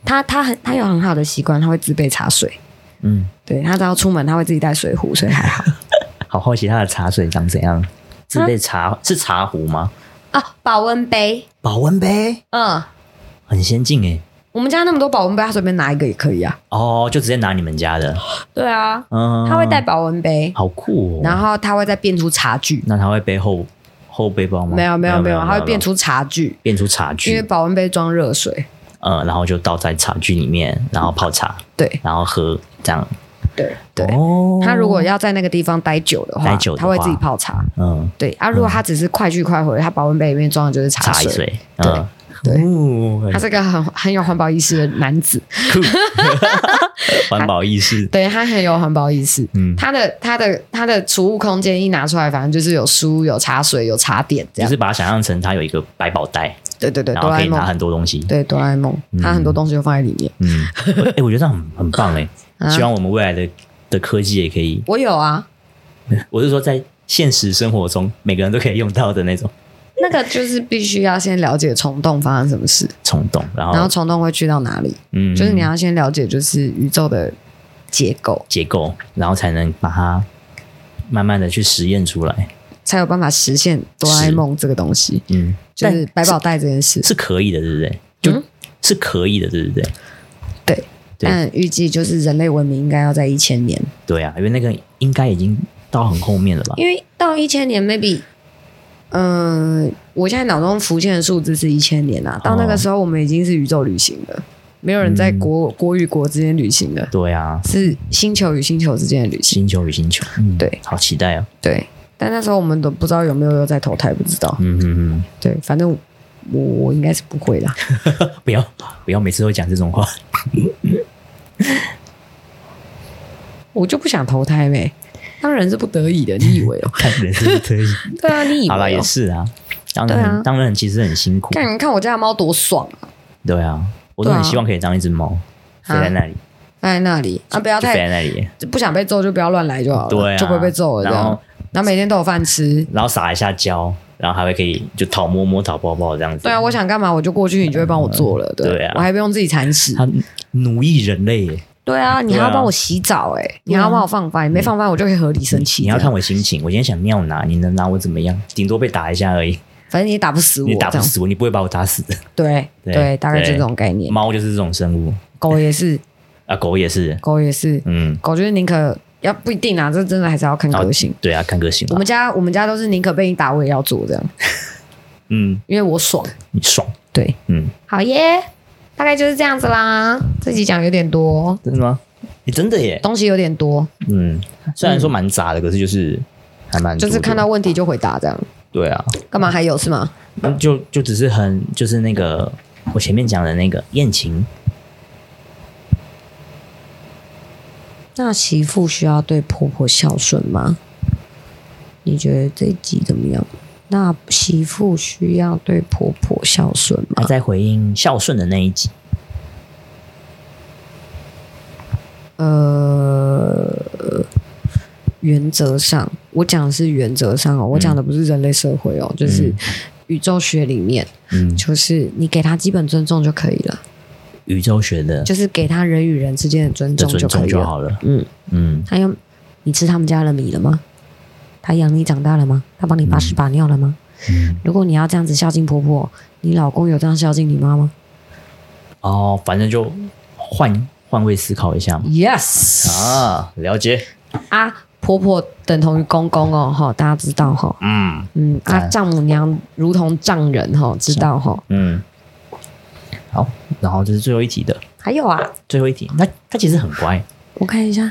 Speaker 2: 他他很他有很好的习惯，他会自备茶水。
Speaker 1: 嗯，
Speaker 2: 对他只要出门，他会自己带水壶，所以还好
Speaker 1: 好好奇他的茶水长怎样，自备茶是茶壶吗？
Speaker 2: 啊。保温杯，
Speaker 1: 保温杯
Speaker 2: 嗯，
Speaker 1: 很先进诶。
Speaker 2: 我们家那么多保温杯，他随便拿一个也可以啊。
Speaker 1: 哦，就直接拿你们家的，
Speaker 2: 对啊，
Speaker 1: 嗯，
Speaker 2: 他会带，保温杯，
Speaker 1: 好酷哦。
Speaker 2: 然后他会再变出茶具。
Speaker 1: 那他会背后后背包吗？
Speaker 2: 没有没有没有，他会变出茶具，
Speaker 1: 变出茶具，
Speaker 2: 因为保温杯装热水。
Speaker 1: 呃，然后就倒在茶具里面，然后泡茶，
Speaker 2: 对
Speaker 1: 然后喝这样。
Speaker 2: 对对，
Speaker 1: 哦
Speaker 2: 他如果要在那个地方待久的话
Speaker 1: 待久，的
Speaker 2: 他
Speaker 1: 话
Speaker 2: 会自己泡茶。
Speaker 1: 嗯
Speaker 2: 对啊，如果他只是快去快回，他保温杯里面装的就是茶
Speaker 1: 茶
Speaker 2: 水。
Speaker 1: 水，嗯，
Speaker 2: 对，
Speaker 1: 哦，
Speaker 2: 他是个很很有环保意识的男子，
Speaker 1: 环保意识，
Speaker 2: 对他很有环保意识。
Speaker 1: 嗯，
Speaker 2: 他的他的他的储物空间一拿出来，反正就是有书、有茶水、有茶点这
Speaker 1: 就
Speaker 2: 样
Speaker 1: 是。把它想象成它有一个百宝袋，
Speaker 2: 对对对，
Speaker 1: 然
Speaker 2: 哆
Speaker 1: 后
Speaker 2: 啦
Speaker 1: 可
Speaker 2: A
Speaker 1: 以拿很嗯
Speaker 2: 梦，
Speaker 1: 多东西。
Speaker 2: 对哆啦 A 梦，他很多东西就放在里面。
Speaker 1: 嗯，哎、我觉得这样很很棒哎、
Speaker 2: 啊
Speaker 1: 希望我们未来的的科技也可以，
Speaker 2: 我有啊，
Speaker 1: 我是说在现实生活中每个人都可以用到的那种
Speaker 2: 那个就是必须要先了解虫洞发生什么事，
Speaker 1: 冲动，然后
Speaker 2: 然后虫洞会去到哪里，
Speaker 1: 哦嗯，
Speaker 2: 就是你要先了解就是宇宙的结构，
Speaker 1: 结构，然后才能把它慢慢的去实验出来。
Speaker 2: 才有办法实现哆啦 A 梦这个东西，
Speaker 1: 嗯，
Speaker 2: 就是百宝袋这件事。
Speaker 1: 是可以的，对不对？
Speaker 2: 嗯
Speaker 1: 就是可以的，对不对？
Speaker 2: 对，
Speaker 1: 对
Speaker 2: 但预计就是人类文明应该要在一千年，
Speaker 1: 对啊，因为那个应该已经到很后面了吧？
Speaker 2: 因为到一千年 maybe。嗯、我现在脑中浮现的数字是一千年啊，到那个时候我们已经是宇宙旅行了，没有人在国、国与国之间旅行了，
Speaker 1: 对啊，
Speaker 2: 是星球与星球之间的旅行。
Speaker 1: 星球与星球，嗯，
Speaker 2: 对，
Speaker 1: 好期待哦。
Speaker 2: 对，但那时候我们都不知道有没有又在投胎，不知道。
Speaker 1: 嗯嗯
Speaker 2: 对，反正我我应该是不会啦。
Speaker 1: 嗯，不要不要每次都讲这种话。？
Speaker 2: 我就不想投胎呗。当然是不得已的，你以为哦
Speaker 1: 看人是不可以。
Speaker 2: 对啊，你以
Speaker 1: 好啦，
Speaker 2: 为
Speaker 1: 也
Speaker 2: 哦？
Speaker 1: 是啊，当然
Speaker 2: 对啊
Speaker 1: 很、当然很其实很辛苦。
Speaker 2: 看，你看我家的猫多爽啊！
Speaker 1: 对啊，我都
Speaker 2: 对啊
Speaker 1: 很希望可以当一只猫，飞
Speaker 2: 啊
Speaker 1: 在那里，
Speaker 2: 放在那里啊，不要
Speaker 1: 就飞在
Speaker 2: 太
Speaker 1: 那里，
Speaker 2: 不想被揍就不要乱来就好了，
Speaker 1: 对啊
Speaker 2: 就不会被揍了。这
Speaker 1: 然
Speaker 2: 样
Speaker 1: 后，啊
Speaker 2: 然后每天都有饭吃。
Speaker 1: 然后撒一下娇，然后还会可以就讨摸摸、讨抱抱这样子。
Speaker 2: 对啊，我想干嘛我就过去，你就会帮我做了。对，
Speaker 1: 对啊
Speaker 2: 我还不用自己铲屎。
Speaker 1: 他奴役人类耶，
Speaker 2: 对啊，你还要
Speaker 1: 对啊
Speaker 2: 帮我洗澡哎、你还要帮我放饭，你没放饭我就可以合理生气。
Speaker 1: 你要
Speaker 2: 这样
Speaker 1: 看，我心情，我今天想尿哪，你能拿我怎么样？顶多被打一下而已，
Speaker 2: 反正你也打不死我，
Speaker 1: 你打不
Speaker 2: 这样
Speaker 1: 死我，你不会把我打死的。
Speaker 2: 对
Speaker 1: 对
Speaker 2: 对，大概就
Speaker 1: 对
Speaker 2: 这种概念。
Speaker 1: 猫就是这种生物
Speaker 2: 狗也是，
Speaker 1: 啊，狗也是，
Speaker 2: 狗也是，
Speaker 1: 嗯，
Speaker 2: 狗就是宁可要不一定啊，这真的还是要看个性。
Speaker 1: 对啊，看个性
Speaker 2: 我
Speaker 1: 啊
Speaker 2: 们，家我们家都是宁可被你打，我也要做这样，
Speaker 1: 嗯，
Speaker 2: 因为我爽。
Speaker 1: 你爽，
Speaker 2: 对，
Speaker 1: 嗯，
Speaker 2: 好耶，大概就是这样子啦。这集讲有点多，
Speaker 1: 真的吗？你欸真的耶，
Speaker 2: 东西有点多，
Speaker 1: 嗯，虽然说蛮杂的，可是就是还蛮
Speaker 2: 就是
Speaker 1: 多的
Speaker 2: 看到问题就回答这样。
Speaker 1: 对啊，
Speaker 2: 干嘛还有是吗？
Speaker 1: 嗯就就只是很就是那个我前面讲的那个宴情，
Speaker 2: 那媳妇需要对婆婆孝顺吗？你觉得这一集怎么样？那媳妇需要对婆婆孝顺
Speaker 1: 还
Speaker 2: 吗？
Speaker 1: 在回应孝顺的那一集，
Speaker 2: 呃，原则上，我讲的是原则上
Speaker 1: 嗯
Speaker 2: 哦，我讲的不是人类社会哦，就是宇宙学里面，
Speaker 1: 嗯，
Speaker 2: 就是你给他基本尊重就可以了，
Speaker 1: 宇宙学的
Speaker 2: 就是给他人与人之间的尊
Speaker 1: 的
Speaker 2: 重
Speaker 1: 尊
Speaker 2: 可
Speaker 1: 重
Speaker 2: 以
Speaker 1: 就
Speaker 2: 了。
Speaker 1: 好了，
Speaker 2: 嗯，
Speaker 1: 嗯，
Speaker 2: 他要你吃他们家的米了吗？他养你长大了吗？他帮你把屎把尿了吗？
Speaker 1: 嗯
Speaker 2: 如果你要这样子孝敬婆婆，你老公有这样孝敬你妈吗
Speaker 1: 哦，反正就换换位思考一下嘛，
Speaker 2: 嗯？Yes
Speaker 1: 啊，了解，
Speaker 2: 啊，婆婆等同于公公哦，哈，大家知道哈、
Speaker 1: 嗯
Speaker 2: 嗯啊，
Speaker 1: 赞
Speaker 2: 丈母娘如同丈人哈，知道哈。
Speaker 1: 嗯，好，然后这是最后一题的
Speaker 2: 还有啊，
Speaker 1: 最后一题，那它其实很乖，
Speaker 2: 我看一下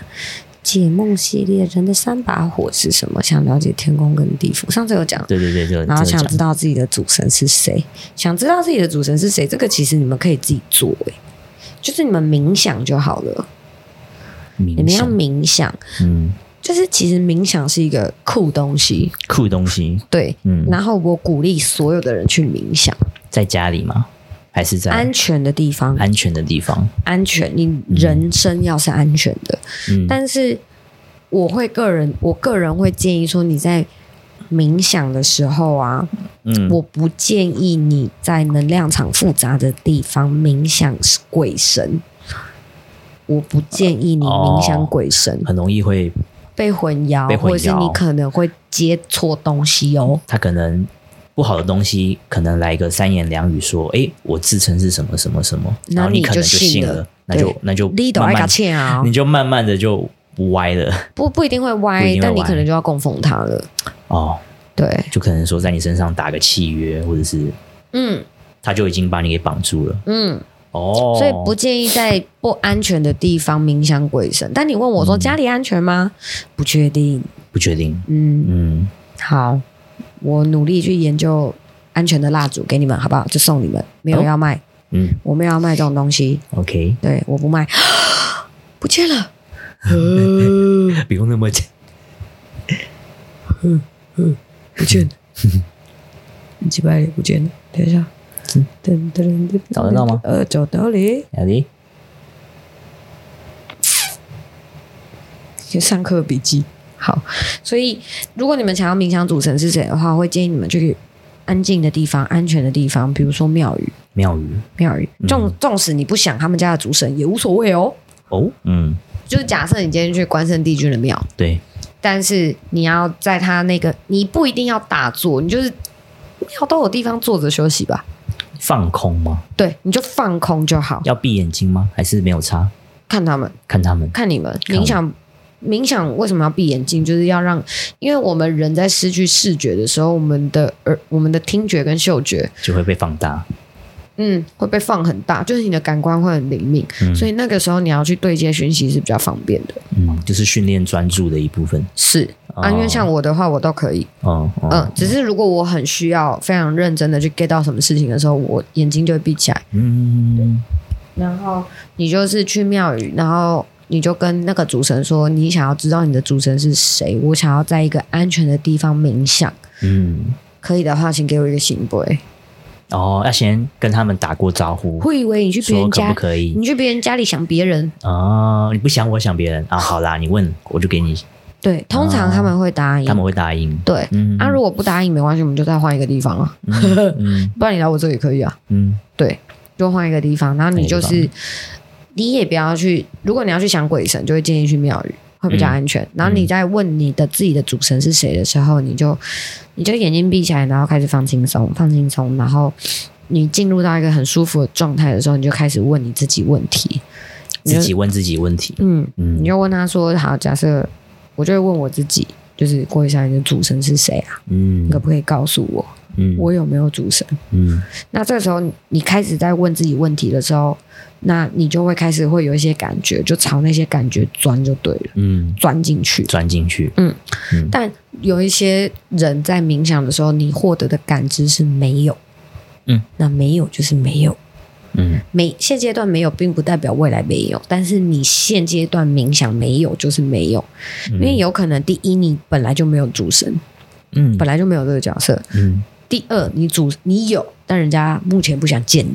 Speaker 2: 解梦系列人的三把火是什么？想了解天宫跟地府，上次有讲。
Speaker 1: 对对对，就
Speaker 2: 然后
Speaker 1: 这个
Speaker 2: 想
Speaker 1: 讲
Speaker 2: 知道自己的主神是谁，想知道自己的主神是谁，这个其实你们可以自己做、欸，就是你们冥想就好了。你
Speaker 1: 冥
Speaker 2: 们要
Speaker 1: 想，
Speaker 2: 冥想，
Speaker 1: 嗯，
Speaker 2: 就是其实冥想是一个酷东西，
Speaker 1: 酷东西，
Speaker 2: 对。
Speaker 1: 嗯，
Speaker 2: 然后我鼓励所有的人去冥想，
Speaker 1: 在家里吗？还是在
Speaker 2: 安全的地方，
Speaker 1: 安全的地方？
Speaker 2: 安全，你人生要是安全的。
Speaker 1: 嗯，
Speaker 2: 但是我会个人，我个人会建议说你在冥想的时候啊，
Speaker 1: 嗯
Speaker 2: 我不建议你在能量场复杂的地方冥想鬼神。我不建议你冥想鬼神，
Speaker 1: 很容易会，
Speaker 2: 被混淆，
Speaker 1: 哦被混淆
Speaker 2: 或者是你可能会接错东西哦。
Speaker 1: 他可能不好的东西，可能来个三言两语说，哎，我自称是什么什么什么，
Speaker 2: 那
Speaker 1: 然后
Speaker 2: 你
Speaker 1: 可能
Speaker 2: 就
Speaker 1: 就
Speaker 2: 信
Speaker 1: 信
Speaker 2: 了
Speaker 1: 了，那就
Speaker 2: 对
Speaker 1: 那就
Speaker 2: 你都
Speaker 1: 慢
Speaker 2: 爱
Speaker 1: 慢
Speaker 2: 搞欠啊，
Speaker 1: 你就慢慢的就不歪了
Speaker 2: 不不一定会
Speaker 1: 不
Speaker 2: 歪
Speaker 1: 一定会，
Speaker 2: 但你
Speaker 1: 歪
Speaker 2: 可能就要供奉他了。
Speaker 1: 哦，
Speaker 2: 对，
Speaker 1: 就可能说在你身上打个契约，或者是
Speaker 2: 嗯
Speaker 1: 他就已经把你给绑住了
Speaker 2: 嗯，
Speaker 1: 哦，
Speaker 2: 所以不建议在不安全的地方冥想鬼神。但你问我
Speaker 1: 嗯
Speaker 2: 说家里安全吗？不确定。
Speaker 1: 不确定，
Speaker 2: 嗯，
Speaker 1: 嗯
Speaker 2: 好，我努力去研究安全的蜡烛给你们，好不好？就送你们，没有
Speaker 1: 哦
Speaker 2: 要卖，
Speaker 1: 嗯
Speaker 2: 我没有要卖这种东西，
Speaker 1: ，OK，
Speaker 2: 对，我不卖， 不见了。
Speaker 1: 不用那么讲。
Speaker 2: 不见了，几百里不见了。等一下，噔噔噔噔，
Speaker 1: 找得到吗
Speaker 2: 呃，嗯找到嘞。
Speaker 1: 亚迪，
Speaker 2: 就上课笔记。好，所以如果你们想要冥想主神是谁的话，我会建议你们去安静的地方、安全的地方，比如说庙宇。
Speaker 1: 妙语
Speaker 2: 庙宇，纵纵使你不想他们家的主神也无所谓哦。
Speaker 1: 哦，
Speaker 4: 嗯，
Speaker 2: 就是假设你今天去关圣帝君的庙，
Speaker 1: 对，
Speaker 2: 但是你要在他那个，你不一定要打坐，你就是庙都有地方坐着休息吧。
Speaker 1: 放空吗？
Speaker 2: 对，你就放空就好，
Speaker 1: 要闭眼睛吗？还是没有差？
Speaker 2: 看他们。
Speaker 1: 看他们
Speaker 2: 看你们
Speaker 1: 我
Speaker 2: 冥想，冥想为什么要闭眼睛？就是要让，因为我们人在失去视觉的时候，我们的耳、我们的听觉跟嗅觉，
Speaker 1: 就会被放大。
Speaker 2: 嗯，会被放很大，就是你的感官会很灵敏，
Speaker 1: 嗯
Speaker 2: 所以那个时候你要去对接讯息是比较方便的。
Speaker 1: 嗯，就是训练专注的一部分。
Speaker 2: 是啊，因为像我的话，我都可以，
Speaker 1: 哦哦，
Speaker 2: 嗯，只是如果我很需要非常认真的去 get 到什么事情的时候，我眼睛就会闭起来。
Speaker 1: 嗯，
Speaker 2: 然后你就是去庙宇，然后你就跟那个主神说，你想要知道你的主神是谁，我想要在一个安全的地方冥想，
Speaker 1: 嗯，
Speaker 2: 可以的话，请给我一个行不？
Speaker 1: 哦，要先跟他们打过招呼，
Speaker 2: 会以为你去别
Speaker 1: 说
Speaker 2: 人
Speaker 1: 可
Speaker 2: 家，
Speaker 1: 不可以
Speaker 2: 你去别人家里想别人，
Speaker 1: 啊、你不想我想别人啊？好啦，你问我就给你，
Speaker 2: 对，通常他们会答应，
Speaker 1: 哦他们会答应。
Speaker 2: 对。
Speaker 1: 嗯，
Speaker 2: 啊，如果不答应没关系，我们就再换一个地方啊。
Speaker 1: 嗯
Speaker 2: 不然你来我这里可以啊。
Speaker 1: 嗯
Speaker 2: 对，就换一个地方，然后你就
Speaker 1: 换一
Speaker 2: 是你也不要去，如果你要去想鬼神，就会建议去庙宇，会比较安全。然后你在问你的自己的主神是谁的时候，你就你就眼睛闭起来，然后开始放轻松，放轻松，然后你进入到一个很舒服的状态的时候，你就开始问你自己问题，你
Speaker 1: 自
Speaker 2: 就
Speaker 1: 己问自己问题。
Speaker 2: 嗯，
Speaker 1: 嗯
Speaker 2: 你就问他说，好，假设我就会问我自己。就是郭一下你的主神是谁啊？
Speaker 1: 嗯
Speaker 2: 你可不可以告诉我，
Speaker 1: 嗯
Speaker 2: 我有没有主神？
Speaker 1: 嗯
Speaker 2: 那这时候你你开始在问自己问题的时候，那你就会开始会有一些感觉，就朝那些感觉钻就对了，
Speaker 1: 嗯，
Speaker 2: 钻进去。
Speaker 1: 钻进去。
Speaker 2: 但有一些人在冥想的时候，你获得的感知是没有，
Speaker 1: 嗯，
Speaker 2: 那没有就是没有，
Speaker 1: 嗯
Speaker 2: 没现阶段没有，并不代表未来没有，但是你现阶段冥想没有就是没有，因为有可能第一你本来就没有主神，
Speaker 1: 嗯
Speaker 2: 本来就没有这个角色；
Speaker 1: 嗯，
Speaker 2: 第二你主你有，但人家目前不想见你，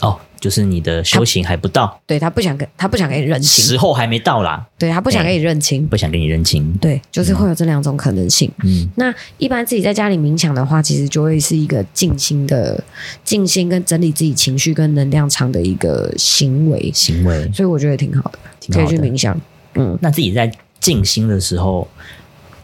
Speaker 1: 哦，就是你的修行还不到，
Speaker 2: 对他不想跟他不想跟你认清，
Speaker 1: 时候还没到啦，
Speaker 2: 对他不想跟你认清，
Speaker 1: 不想跟你认清。
Speaker 2: 对，就是会有这两种可能性。
Speaker 1: 嗯
Speaker 2: 那一般自己在家里冥想的话，其实就会是一个静心的静心跟整理自己情绪跟能量场的一个行为，
Speaker 1: 行为
Speaker 2: 所以我觉得挺好的，
Speaker 1: 挺好的
Speaker 2: 可以去冥想。嗯，
Speaker 1: 那自己在静心的时候，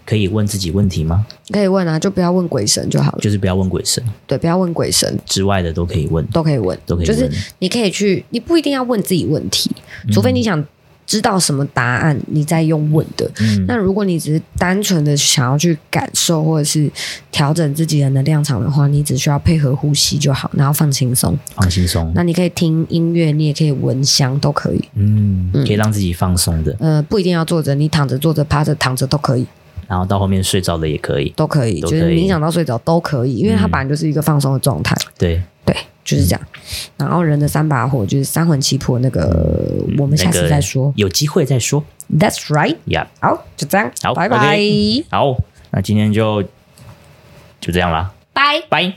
Speaker 1: 可以问自己问题吗？
Speaker 2: 可以问啊，就不要问鬼神就好了。
Speaker 1: 就是不要问鬼神
Speaker 2: 对，不要问鬼神，
Speaker 1: 之外的都可以问。
Speaker 2: 都可以问，
Speaker 1: 都可以
Speaker 2: 就
Speaker 1: 问
Speaker 2: 是你可以去，你不一定要问自己问题，
Speaker 1: 嗯
Speaker 2: 除非你想知道什么答案，你再用问的。
Speaker 1: 嗯
Speaker 2: 那如果你只是单纯的想要去感受或者是调整自己的能量场的话，你只需要配合呼吸就好，然后放轻松。
Speaker 1: 放轻松。
Speaker 2: 那你可以听音乐，你也可以闻香，都可以。
Speaker 1: 嗯，可以让自己放松的，
Speaker 2: 呃，不一定要坐着，你躺着、坐着、趴着、躺着都可以，
Speaker 1: 然后到后面睡着了也可以。
Speaker 2: 都可以，
Speaker 1: 都
Speaker 2: 就
Speaker 1: 可以嗯
Speaker 2: 是冥想到睡着都可以，因为它本来就是一个放松的状态。
Speaker 1: 对，
Speaker 2: 对，就是这样。然后人的三把火就是三魂七魄，那个我们下
Speaker 1: 嗯那
Speaker 2: 次
Speaker 1: 个
Speaker 2: 再说。
Speaker 1: 有机会再说。
Speaker 2: That's right。
Speaker 1: 呀、
Speaker 2: 好，就这样。
Speaker 1: 好
Speaker 2: 拜拜。
Speaker 1: OK 好，那今天就就这样啦，
Speaker 5: 拜。
Speaker 1: 拜。